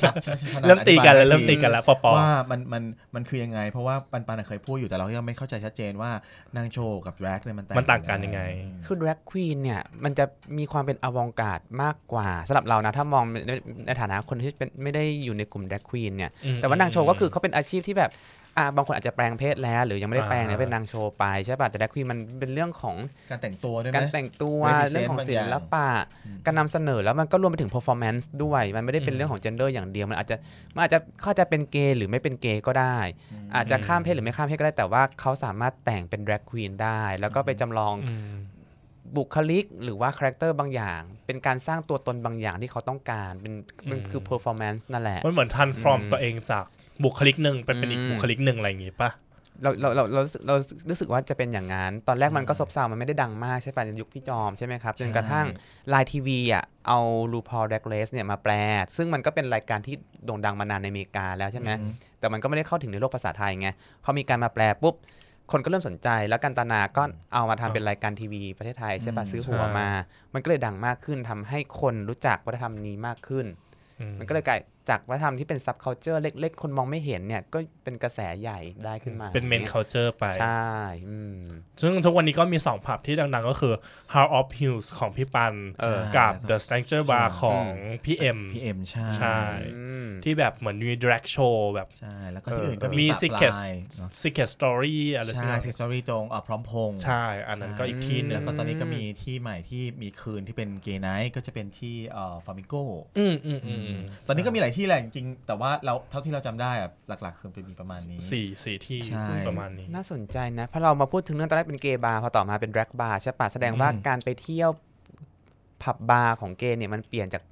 S3: ชัดชัดชัดขนาด
S1: เริ่มตีกันแล้ว
S3: อธิบาย
S1: เริ่มตี
S3: ให้
S1: กันแล้วปอปอ
S3: ว่ามันมันมันคือยังไง เพราะว่าปันปันอะเคยพูดอยู่แต่เรายังไม่เข้าใจชัดเจนว่านางโชว์กับแร็กเนี่ยมันแต
S1: มันต่างกันยังไง
S2: คือ drag queen เนี่ยมันจะมีความเป็นอวองการ์ดมากกว่าสำหรับเรานะถ้ามองในในฐานะคนที่เป็นไม่ได้อยู่ในกลุ่ม drag queen เนี่ย
S1: อืม
S2: แต่ว่านางโชว์ก็คือเขาเป็นอาชีพที่แบบ อ่ะบางคนอาจจะแปลงเพศแล้ว หรือยังไม่ได้แปลงเนี่ย
S1: อ่า
S2: เป็นนางโชว์ไปใช่ป่ะแต่แดกควีนมันเป็นเรื่องของ
S3: การแต่งตัวด้วยไห
S2: กาม รแต่งตัว
S3: represent
S2: เรื่องของศิลปะ
S3: อืม
S2: การนำเสนอแล้วมันก็รวมไปถึง performance ด้วย มันไม่ได้เป็น
S1: อืม
S2: เรื่องของ gender อย่างเดียว มันอาจจะมันอาจจะเขาอาจจะเป็นเกย์หรือไม่เป็นเกย์ก็ได้
S3: ม
S2: อาจจะข้ามเพศหรือไม่ข้ามเพศก็ได้แต่ว่าเขาสามารถแต่งเป็น drag queen ได้ แล้วก็ไป
S3: อืม
S2: จำลอง
S1: อืม
S2: บุคลิก หรือว่าคาแรคเตอร์บางอย่าง เป็นการสร้างตัวตนบางอย่างที่เขาต้องการเป็นมัน
S1: อืม
S2: คือ performance นั่นแหละ
S1: มันเหมือน transform
S2: อืม
S1: ตัวเองจากบุคลิกหนึ่งไปเป็นอีก
S2: อืม
S1: บุคลิกหนึ่งอะไรอย่างงี้ป่ะ
S2: เราเราเราเรารู้สึกเรารู้สึกว่าจะเป็นอย่างนั้น ตอนแรกมันก็
S3: อืม
S2: ซบเซามันไม่ได้ดังมากใช่ป่ะในยุคพี่จอมใช่ไหมครับจน
S3: ใช่
S2: กระทั่งไลน์ทีวีอ่ะเอารูพอแดกเลสเนี่ยมาแปล ซึ่งมันก็เป็นรายการที่โด่งดังมานานในอเมริกาแล้วใช่ไหม
S3: อื
S2: แต่มันก็ไม่ได้เข้าถึงในโลกภาษาไทยไงพอมีการมาแปลปุ๊บ คนก็เริ่มสนใจ แล้วกันตนาก็เอามาทำเป็นรายการทีวีประเทศไทยใช่ปะซื้อหัว
S1: ใช่
S2: มา มันก็เลยดังมากขึ้นทำให้คนรู้จักวัฒนธรรมนี้มากขึ้น
S1: อื
S2: มันก็เลยกลายจากวัฒนธรรมที่เป็น ซับเคานเจอร์เล็กๆ คนมองไม่เห็นเนี่ยก็เป็นกระแสใหญ่ได้ขึ้นมา
S1: เป็น main
S2: อย่างงี้ย
S1: culture ไป
S2: ใช่อืม
S1: ซึ่งทุกวันนี้ก็มี 2 ผับที่ดังๆ ก็คือ House of Hills ของพี่ปัน
S2: เออ
S1: กับ The Stranger Bar ของพี่เอ็ม
S3: พี่เอ็มใช่
S1: ใช่
S2: อืม
S1: ที่แบบเหมือนมี drag show แบบ
S3: ใช่แล้วก็ที่อื่นก็
S2: เออ
S3: มี
S1: มี
S3: ปะ
S1: Secret
S3: ปลายเนอะ
S1: Secret Story อะไรสัก
S3: ใช่
S1: อย่าง
S3: ซิสตอรี่ตรงเอ่อพร้อมพงษ์
S1: ใช่ อันนั้นก็อีกที่หนึ่
S3: แล้
S1: ง
S3: วก็ตอนนี้ก็มีที่ใหม่ที่มีคืนที่เป็นเกย์ไนท์ก็จะเป็นที่เอ่อฟามิโก
S1: อืมอืมอืมอืม
S3: ตอนนี้ก็มีหลายที่แหละจริงๆแต่ว่าเราเท่าที่เราจำได้อะหลักๆคือเป็นมีประมาณนี้
S1: สี่สี่ที่
S3: ใช่
S1: ประมาณนี้
S2: น่าสนใจนะเพราะเรามาพูดถึงเรื่องตอนแรกเป็นเกย์บาร์พอต่อมาเป็นแร็กบาร์ใช่ปะแสดงว่า
S1: อืม
S2: การไปเที่ยวผับบาร์ของเกย์เนี่ยมันเปลี่ยนจาก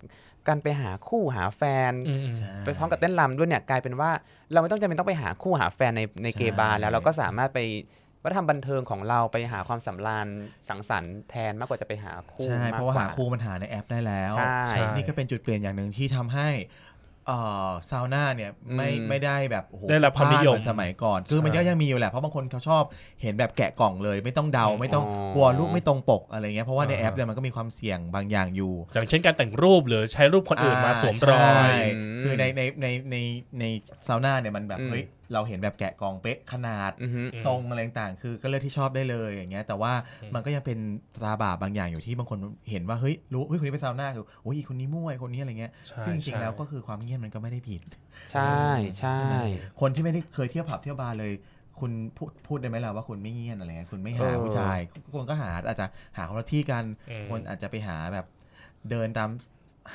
S2: การไปหาคู่หาแฟน
S1: อืมอืม
S3: ใช่
S2: ไปพร้อมกับเต้นรำด้วยเนี่ยกลายเป็นว่าเราไม่ต้องจำเป็นต้องไปหาคู่หาแฟนในใน
S3: ใช่
S2: เกย์บาร์แล้วเราก็สามารถไปวัฒนธรรมบันเทิงของเราไปหาความสำราญสังสรรค์แทนมากกว่าจะไปหาคู่ม
S3: ใช่
S2: กก
S3: เพราะว่าหาคู่มันหาในแอปได้แล้ว
S2: ใช่
S1: ใช่
S3: นี่ก็เป็นจุดเปลี่ยนอย่างหนึ่งที่ทำให้เอ่อซาวน่าเนี่ยไม่
S2: อืม
S3: ไม่ได้แบบโอ้โห
S1: ได้รับความนิยม
S3: พลดเหอนสมัยก่อน คือมันก็ยังมีอยู่แหละ เพราะบางคนเขาชอบเห็นแบบแกะกล่องเลย ไม่ต้องเดาไม่ต้อง
S2: อ๋อ
S3: กลัวรูปไม่ตรงปกอะไรเงี้ยเพราะว่าใน
S1: อ่า
S3: แอปเนี่ยมันก็มีความเสี่ยงบางอย่างอยู่
S1: อย่างเช่นการแต่งรูปหรือใช้รูปคนอื่นมาสวมรอย
S3: ใช่
S2: อืม
S3: คือในในในในในซาวน่าเนี่ยมันแบบ
S2: อืม
S3: เฮ้ยเราเห็นแบบแกะกล่องเป๊ะขนาด
S2: อือฮึ
S1: ม
S3: ทรงอะไรต่างๆคือก็เลือกที่ชอบได้เลยอย่างเงี้ยแต่ว่ามันก็ยังเป็นตราบาปบางอย่างอยู่ที่บางคนเห็นว่าเฮ้ยรู้เฮ้ยคนนี้เป็นซาวน่าคือโอ้ยอีคนนี้มั่วไอ้คนนี้อะไรเงี้ย
S1: ใช่
S3: ซึ่งจริง
S1: ใช่
S3: ๆแล้วก็คือความเงียบมันก็ไม่ได้ผิด
S2: ใช่ใช่
S3: คนที่ไม่ได้เคยเที่ยวผับเที่ยวบาร์เลย คุณพูดพูดได้ไหมล่ะว่าคุณไม่เงียบอะไรเงี้ยคุณไม่หา
S2: เออ
S3: ผู้ชายคนก็หาอาจจะหาคนละที่กัน
S1: อืม
S3: คนอาจจะไปหาแบบเดินตาม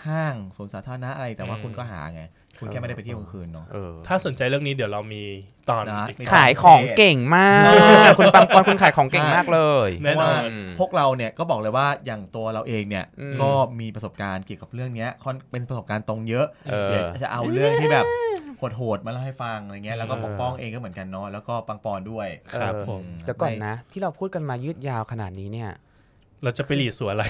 S3: ห้างสวนสาธารณะอะไรแต่ว่า
S1: อืม
S3: คุณก็หาไง คุณแค่ไม่ได้ไปเที่ยวกลางคืนเนาะ
S2: เออ
S1: ถ้าสนใจเรื่องนี้เดี๋ยวเรามีตอน
S3: นะ
S1: อีก
S2: ขายของเก่งมาก คุณปังปอนคุณขายของเก่งมากเลย
S1: แน่นอน
S3: เพราะว่าพวกเราเนี่ยก็บอกเลยว่าอย่างตัวเราเองเนี่ย
S2: อืม
S3: ก็มีประสบการณ์เกี่ยวกับเรื่องเนี้ยค่อนเป็นประสบการณ์ตรงเยอะ
S2: เออ
S3: เดี๋ยวจะเอาเรื่องที่แบบโหดๆมาเล่าให้ฟังอะไรเงี้ยแล้วก็
S2: เออ
S3: ปกป้องเองก็เหมือนกันเนาะแล้วก็ปังปอนด้วย
S1: ครับ
S2: เออ
S1: ผม
S2: แต่ก่อนนะ ที่เราพูดกันมายืดยาวขนาดนี้เนี่ย
S1: เราจะไปหลีสัวอะไร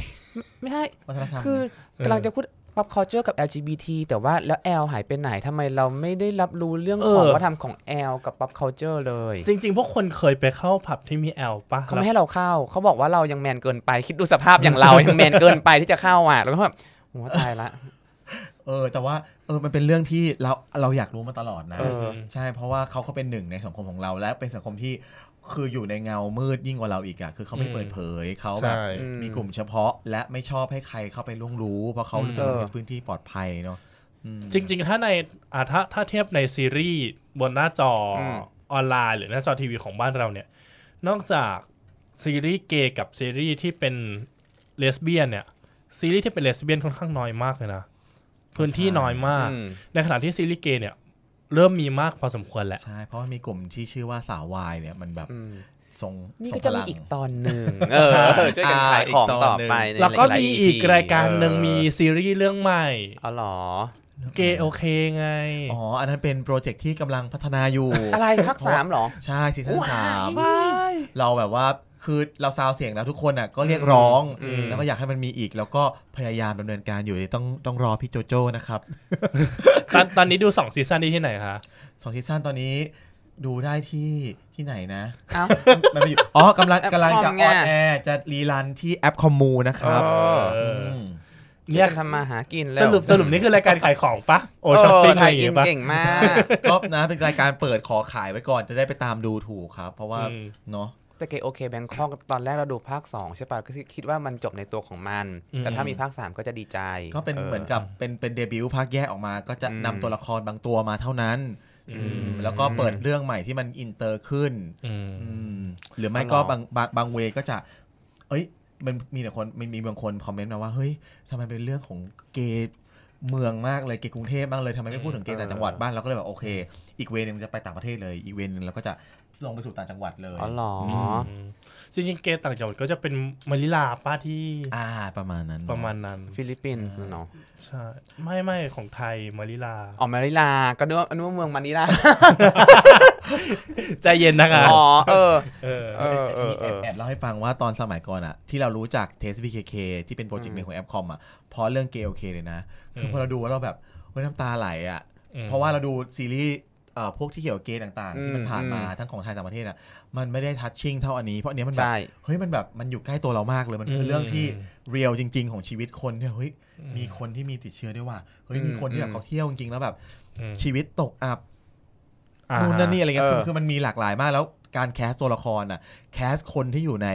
S2: ไม่ใช่
S3: วัฒนธรรม
S2: คือกำลังจะพูด pop culture กับ LGBT แต่ว่าแล้ว L หายไปไหนทำไมเราไม่ได้รับรู้เรื่อง
S1: เอ
S2: ข
S1: อ
S2: องวัฒนธรรมของ L กับ pop culture เลย
S1: จริง ๆ พวกคนเคยไปเข้าผับที่มีแอลป่ะ
S2: เขาไม่ให้เราเข้า เขาบอกว่าเรายังแมนเกินไป คิดดูสภาพอย่างเรา ยังแมนเกินไปที่จะเข้าอ่ะ แล้วก็แบบโหตายละ
S3: เออแต่ว่าเออมันเป็นเรื่องที่เราเราอยากรู้มาตลอดนะ
S2: เออ
S3: ใช่เพราะว่าเขาก็เป็นหนึ่งในสังคมของเราและเป็นสังคมที่คืออยู่ในเงามืดยิ่งกว่าเราอีกอะคือเขาไม่เปิดเผยเขาแบบ
S1: ใช่
S3: มีกลุ่มเฉพาะและไม่ชอบให้ใครเข้าไปล่วงรู้ เพราะเขา
S1: อืม
S3: รู้สึกว่าเป็นพื้นที่ปลอดภัยเนาะอืม
S1: จริง ๆ ถ้าในอ่าถ้าถ้าเทียบในซีรีส์บนหน้าจออ
S2: ม
S1: ออนไลน์ หรือหน้าจอทีวีของบ้านเราเนี่ย นอกจากซีรีส์เกย์กับซีรีส์ที่เป็นเลสเบี้ยนเนี่ย ซีรีส์ที่เป็นเลสเบี้ยนค่อนข้างน้อยมากเลยนะ พื้นที่น้อยมาก
S2: อืม
S1: ในขณะที่ซีรีส์เกย์เนี่ย เริ่มมีมากพอสมควรแหละ
S3: ใช่ เพราะว่ามีกลุ่มที่ชื่อว่าสาววายเนี่ยมันแบบ
S2: อืม
S3: ทรง
S2: นี่
S3: ทร
S2: ก็
S3: ง
S2: จะ
S3: พ
S2: มี
S3: ลัง
S2: อีกตอนหนึ่งเออช่วยกัน
S3: อ่า
S2: ขายของ
S3: อีกตอน
S2: ต่อ
S3: หนึ่ง
S2: ไปใน
S1: แล้วก็
S2: หาย
S1: มี
S2: ๆ
S1: อีก
S2: EP
S1: รายการหนึ่ง
S2: เออ
S1: มีซีรีส์เรื่องใหม่
S2: อ๋อเหรอ
S1: เกย์โอเคไง
S3: อ๋อ อันนั้นเป็นโปรเจกต์ที่กำลังพัฒนาอยู่
S2: อะไรภาคสามเหรอ
S3: ใช่ซีซั่น
S2: ว้าย
S3: สาม
S1: ย
S3: เราแบบว่าคือเราซาวเสียงแล้วทุกคนอ่ะก็เรียกร้อง
S1: อืม
S3: แล้วก็อยากให้มันมีอีก แล้วก็พยายามดำเนินการอยู่ต้องต้องรอพี่โจโจ้นะครับ
S1: ตอนตอนนี้ดูสองซีซั่นนี้ที่ไหนคะ
S3: สองซีซั่นตอนนี้ดูได้ที่ที่ไหนนะ
S2: เอ้า
S3: มันไปอยู่อ๋อกำลัง
S2: แอป
S3: กำลังจะ
S2: คอม
S3: อ
S2: ไง
S3: อนแอร์จะรีรันที่แอปคอมมูนะครับ
S1: เออ
S3: ม
S1: เนี่ย
S2: ทำมาหากิน
S1: ส
S2: แล้ว
S1: รุปสรุปนี่คือรายการขายของปะโอ
S2: โอ้
S1: ช้อปปิ้งอะ
S2: ไท
S1: ไร
S2: ย
S1: อย่าง
S2: อิน
S1: งี้ปะ
S2: เก่งมาก
S3: ก็นะเป็นรายการเปิดขอขายไว้ก่อนจะได้ไปตามดูถูกครับ เพราะว่า
S1: อืม
S3: เนาะ
S2: แต่เกโอเคแบงคอกตอนแรกเราดูภาค 2 ใช่ป่ะก็คิดว่ามันจบในตัวของมัน
S1: อืม
S2: แต่ถ้ามีภาค 3 ก็จะดีใจ
S3: ก็เป็นเหมือนกับเป็นเป็นเดบิวต์ภาคแยกออกมา ก็จะนำตัวละครบางตัวมาเท่านั้น
S1: อืม
S3: แล้วก็เปิดเรื่องใหม่ที่มันอินเตอร์ขึ้น
S1: อืม
S3: อืมหรือไม่
S2: อ๋อ
S3: ก็บางบางบางเวก็จะ เอ้ย มันมีแต่คนมันมีบางคนคอมเมนต์มาว่า เฮ้ยทำไมเป็นเรื่องของเกย์เมืองมากเลยเกย์กรุงเทพมากเลยทำไมไม่พูดถึงเกย์ต่างจังหวัดบ้านเราก็เลยแบบโอเค อีกเวนึงจะไปต่างประเทศเลย อีกเวนึงเราก็จะลงไปสู่ต่างจังหวัดเลย
S2: อ๋อเหรออ
S1: มจริงๆเกย์ต่างจังหวัดก็จะเป็นมะลิลาป้าที่
S3: อ่าประมาณนั้น
S1: ประมาณนั้น
S2: ฟิลิปปินส์เนาะ
S1: ใช่ ไม่ไม่ของไทยมะลิลา
S2: อ๋อมานิลาก็นึกว่านึกว่าเมืองมานิลา
S1: ใจเย็นนะครั
S2: อ๋อเออ
S1: เออ
S2: เออเออเออ
S3: แอบเล่าให้ฟังว่าตอนสมัยก่อนอะที่เรารู้จักเทสบีเคเคที่เป็นโปรเจกต์หนึ่งของแอปคอมอะเพราะเรื่องเกย์โอเคเลยนะคือพอเราดูแล้วเราแบบเฮ้ยน้ำตาไหลอะ เพราะว่าเราดูซีรีส์เอ่อพวกที่เกี่ยวกับเกย์ต่าง
S2: อืม
S3: ๆที่มันผ่านมา
S2: อืม
S3: ทั้งของไทยต่างประเทศอ่ะมันไม่ได้ทัชชิ่งเท่าอันนี้เพราะอันเนี้ยมันแบบ
S2: ใช่
S3: เฮ้ยมันแบบมันอยู่ใกล้ตัวเรามากเลย มันคือ
S1: ม
S3: อเรื่องที่เรียลจริง ๆ ของชีวิตคนที่เฮ้ยมี
S1: ค
S3: คนที่มีติดเชื้อด้วยว่ะเฮ้ย
S2: อืม
S3: มีคนที่แบ
S2: อื
S3: บ
S2: ม
S3: เขาเที่ยวจริงๆแล้วแบบ
S1: น
S3: ชีวิตตกอับนู่นนั่นนี่อะไรเงี้ยคือคือมันมีหลากหลายมากแล้วการแคสตัวละครอ่ะแคสคนที่อยู่ใน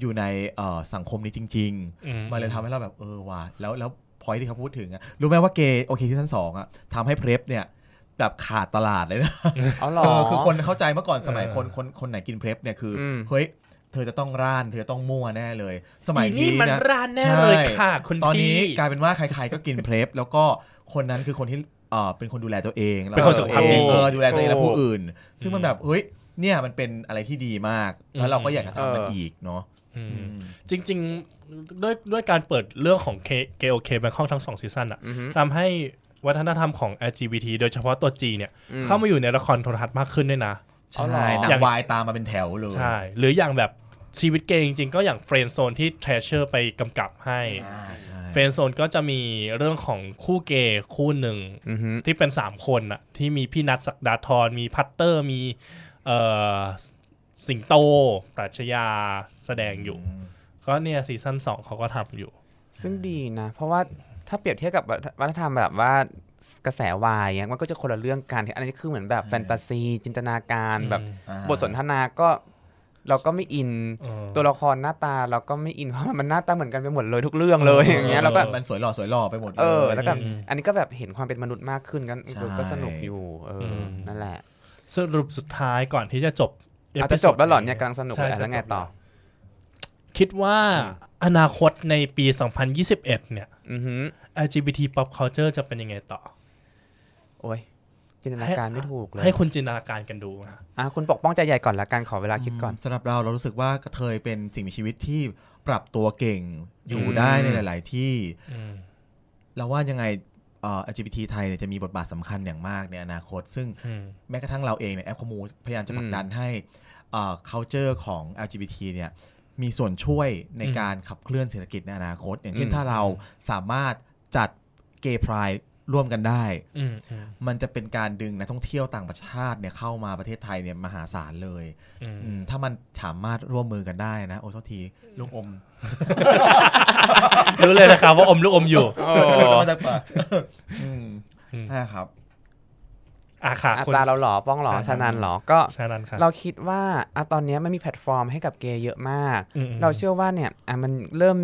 S3: อยู่ในเอ่อสังคมนี้จริง ๆ มันเลยทำให้เราแบบเออว่ะแล้วแล้วพอยที่เขาพูดถึงอะรู้ไหมว่าเกย์โอเคที่ท่านสองอะทำให้เพลฟเนี่ย แบบขาดตลาดเลยนะ
S2: อ๋อเหร
S3: เอ
S2: อ
S3: อ คือคนเข้าใจเมื่อก่อนสมัยคนคนคนไหนกินเพลฟเนี่ยคืออ
S2: ม
S3: เฮ้ย เธอจะต้องร่าน เธอต้องมั่วแน่เลย สมัย
S1: อี
S3: นี้
S1: นี่มัน
S3: นะ
S1: ร้านแน่เลย
S3: ใช่
S1: ค่ะคุณพี่
S3: ตอนนี้กลายเป็นว่าใครๆก็กินเพลฟแล้วก็คนนั้นคือคนที่เออเป็นคนดูแลตัวเอง
S1: เป็นคนสุขภาพดี
S3: เออดูแลตัวเองและ
S2: โอ้
S3: ผู้อื่น ซึ่งมันแบบเฮ้ยเนี่ยมันเป็นอะไรที่ดีมากแล้วเราก็อยากจะทำ
S2: เอ
S3: มัน
S2: ออี
S3: อีกเนาะอืม
S1: จริง ๆ ด้วยด้วยการเปิดเรื่องของเคเกโอเคแบงคอกทั้งสองซีซั่นอะ
S2: อือฮึ
S1: ทำให้วัฒนธรรมของ LGBT โดยเฉพาะตัว G เนี่ย
S2: อืม
S1: เข้ามาอยู่ในละครโทรทัศน์มากขึ้นด้วยนะ
S2: อ๋อ
S3: ใช่
S2: เหรอ
S3: หนั
S1: อย่าง ง
S3: วายตามมาเป็นแถวเลย
S1: ใช่ หรืออย่างแบบชีวิตเกย์จริงๆ ก็อย่างเฟรนด์โซนที่เทรเชอร์ไปกำกับให้
S3: อ่าใช่
S1: เฟรนด์โซนก็จะมีเรื่องของคู่เกย์คู่หนึ่ง
S2: อือฮึ
S1: ที่เป็น 3 คนน่ะที่มีพี่นัทศักดาธรมีพัตเตอร์มีเอ่อสิงโตปรัชญาแสดงอยู่ ก็เนี่ยซีซั่น2เขาก็ทำอยู่
S2: ซึ่งดีนะ เพราะว่าถ้าเปรียบเทียบกับวัฒนธรรมแบบว่ากระแสวายเงี้ยมันก็จะคนละเรื่องกันอันนี้คือเหมือนแบบแฟนตาซี จินตนาการแบบ
S3: อ่า
S2: บทสนทนาก็เราก็ไม่อิน
S1: เออ
S2: ตัวละครหน้าตาเราก็ไม่อินเพรา ะมันหน้าตาเหมือนกันไปหมดเลยทุกเรื่องเลย
S1: เออ
S2: อ
S1: อ
S2: ย่างเงี้ยเราก็
S3: มันสวยหล่อสวยหล่อไปหมดย
S2: เออแล้วก็
S1: อืม
S2: อันนี้ก็แบบเห็นความเป็นมนุษย์มากขึ้นกัน
S3: ใช่
S2: ก็สนุกอยู่เอออ
S1: ม
S2: นั่นแหละ
S1: สรุปสุดท้ายก่อนที่จะจบ
S2: อาจจะจบ
S1: episode
S2: แล้วเหรอเนี่ยกำลังสนุก
S1: ใช่
S2: เลยอ่ะแล้วไงต่อ
S1: คิดว่าอนาคตในปี 2021 เนี่ย
S2: อือหือ
S1: LGBT pop culture จะเป็นยังไงต่อ
S2: โอ้ยจินตนาการไม่ถูกเลย
S1: ให้คุณจินตนาการกันดูนะ
S2: อ่ะคุณปกป้องใจใหญ่ก่อนละกันขอเวลาคิดก่อน
S3: สำหรับเราเรารู้สึกว่ากระเทยเป็นสิ่งมีชีวิตที่ปรับตัวเก่งอยู่
S2: อืม
S3: ได้ในหลาย ๆ ที่
S1: อืม
S3: เราว่ายังไงเอ่อ LGBT ไทยเนี่ยจะมีบทบาทสำคัญอย่างมากในอนาคต ซึ่ง
S1: อืม
S3: แม้กระทั่งเราเองเนี่ยแอปคอมูพยายามจะผลักดันให้เอ่อ culture ของ LGBT เนี่ยมีส่วนช่วยใน
S1: อืม
S3: การขับเคลื่อนเศรษฐกิจในอนาคต อย่างเช่
S2: อื
S3: น
S2: ม
S3: ถ้าเราสามารถจัดเกย์พรายร่วมกันได้
S1: อืมอืม
S3: มันจะเป็นการดึงนักท่องเที่ยวต่างประเทศเนี่ยเข้ามาประเทศไทยเนี่ยมหาศาลเลย
S1: อืม
S3: อืมถ้ามันสามารถร่วมมือกันได้นะโอ้โทษทีลูกอม
S1: รู้เลยนะครับว่าอมลูกอมอยู่
S3: มาจากป ากอืม
S1: อืม
S3: ใช่ครับ
S1: อาค่ะ
S2: อั
S1: คุณ
S2: ตราเราเหรอป้องเหรอ
S1: ใช่
S2: ชานันเหรอก็
S1: ชานันค่ะ
S2: เราคิดว่าอะตอนเนี้ยมันมีแพลตฟอร์มให้กับเกย์เยอะมาก
S1: อืมอืม
S2: เราเชื่อว่าเนี่ยอ่ะมันเริ่ม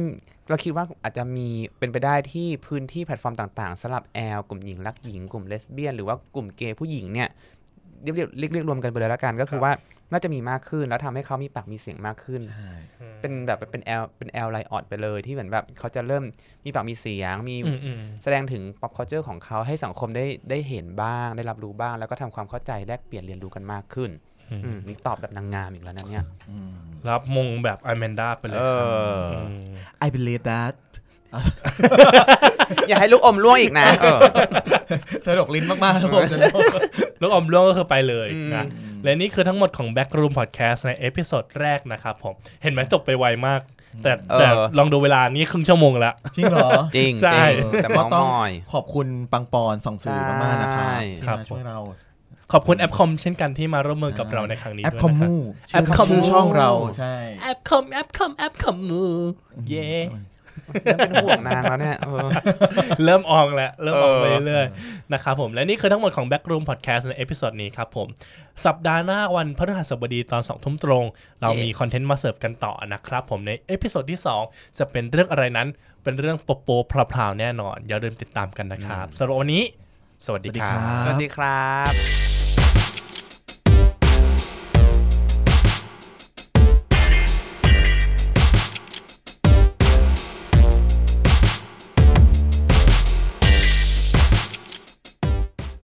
S2: เราคิดว่าอาจจะมีเป็นไปได้ที่พื้นที่แพลตฟอร์มต่างๆสำหรับแอลกลุ่มหญิงรักหญิงกลุ่มเลสเบี้ยนหรือว่ากลุ่มเกย์ผู้หญิงเนี่ยเรียกเรียกเรียกเรียกรวมกันไปเลยละกันก็คือว่าน่าจะมีมากขึ้นแล้วทำให้เขามีปากมีเสียงมากขึ้น
S3: ใช่
S2: เป็นแบบเป็นแอลเป็นแอลไลออดไปเลยที่เหมือนแบบเขาจะเริ่มมีปากมีเสียงมี
S1: อืมอืม
S2: แสดงถึง pop culture ของเขาให้สังคมได้ได้เห็นบ้าง ได้รับรู้บ้าง แล้วก็ทำความเข้าใจแลกเปลี่ยนเรียนรู้กันมากขึ้น
S1: อืม
S2: อืมนี่ตอบแบบนางงามอีกแล้วนะเนี่ย
S3: อืม
S1: รับมงแบบอ m แมนดาไปเลยครับ
S2: เออ
S1: ม
S3: I believe that
S2: อย่าให้ลูกอมร่วงอีกนะเออ
S3: เธอดกลิ้นมากๆนะผม จะรู้
S1: ลูกอมร่วงก็คือไปเลย
S2: อืม
S1: นะ และนี่คือทั้งหมดของ Backroom Podcast ในเอพิโซดแรกนะครับผม เห็นไหมจบไปไวมาก แต่
S2: เออ
S1: แต่ลองดูเวลานี่ครึ่งชั่วโมงละ
S3: จริงเหรอ
S2: จริง
S1: ใช่
S2: จริงแต่ม
S3: ก็
S2: อง
S3: ต้อง
S2: มอย
S3: ขอบคุณปังปอนส่องสื่อมากๆนะครั
S2: ใช่
S3: บที่
S1: ครั
S3: มา
S1: บ
S3: ช่วยเรา
S1: ขอบคุณแอปคอมเช่นกันที่มาร่วมมือกับเราในครั้งนี้
S3: แอป
S1: ด้วย
S3: คอม
S1: นะครับ
S3: มู
S1: แอปคอมมู
S3: ชื่ช่องเราใช่
S1: แอปคอมแอปคอมแอปคอมมูเย่
S2: เริ่มเป็นห่วงนางแล้วเนี่ยเออ
S1: เริ่มอองแล้ว เริ่มอองไป
S2: เออ
S1: เรื่อยๆนะครับผม และนี่คือทั้งหมดของ Backroom Podcast ในเอพิโซดนี้ครับผม สัปดาห์หน้าวันพฤหัสบดีตอน2ทุ่มตรง เรามีคอนเทนต์มาเสิร์ฟกันต่อนะครับผมในเอพิโซดที่ 2 จะเป็นเรื่องอะไรนั้น เป็นเรื่องโปโปพลาวๆแน่นอน อย่าลืมติดตามกันนะครับสำหรับวันนี้ สวัสดี
S3: สวัสดี
S1: ค
S3: ครั
S1: รับ
S3: บ
S2: สวัสดีครับ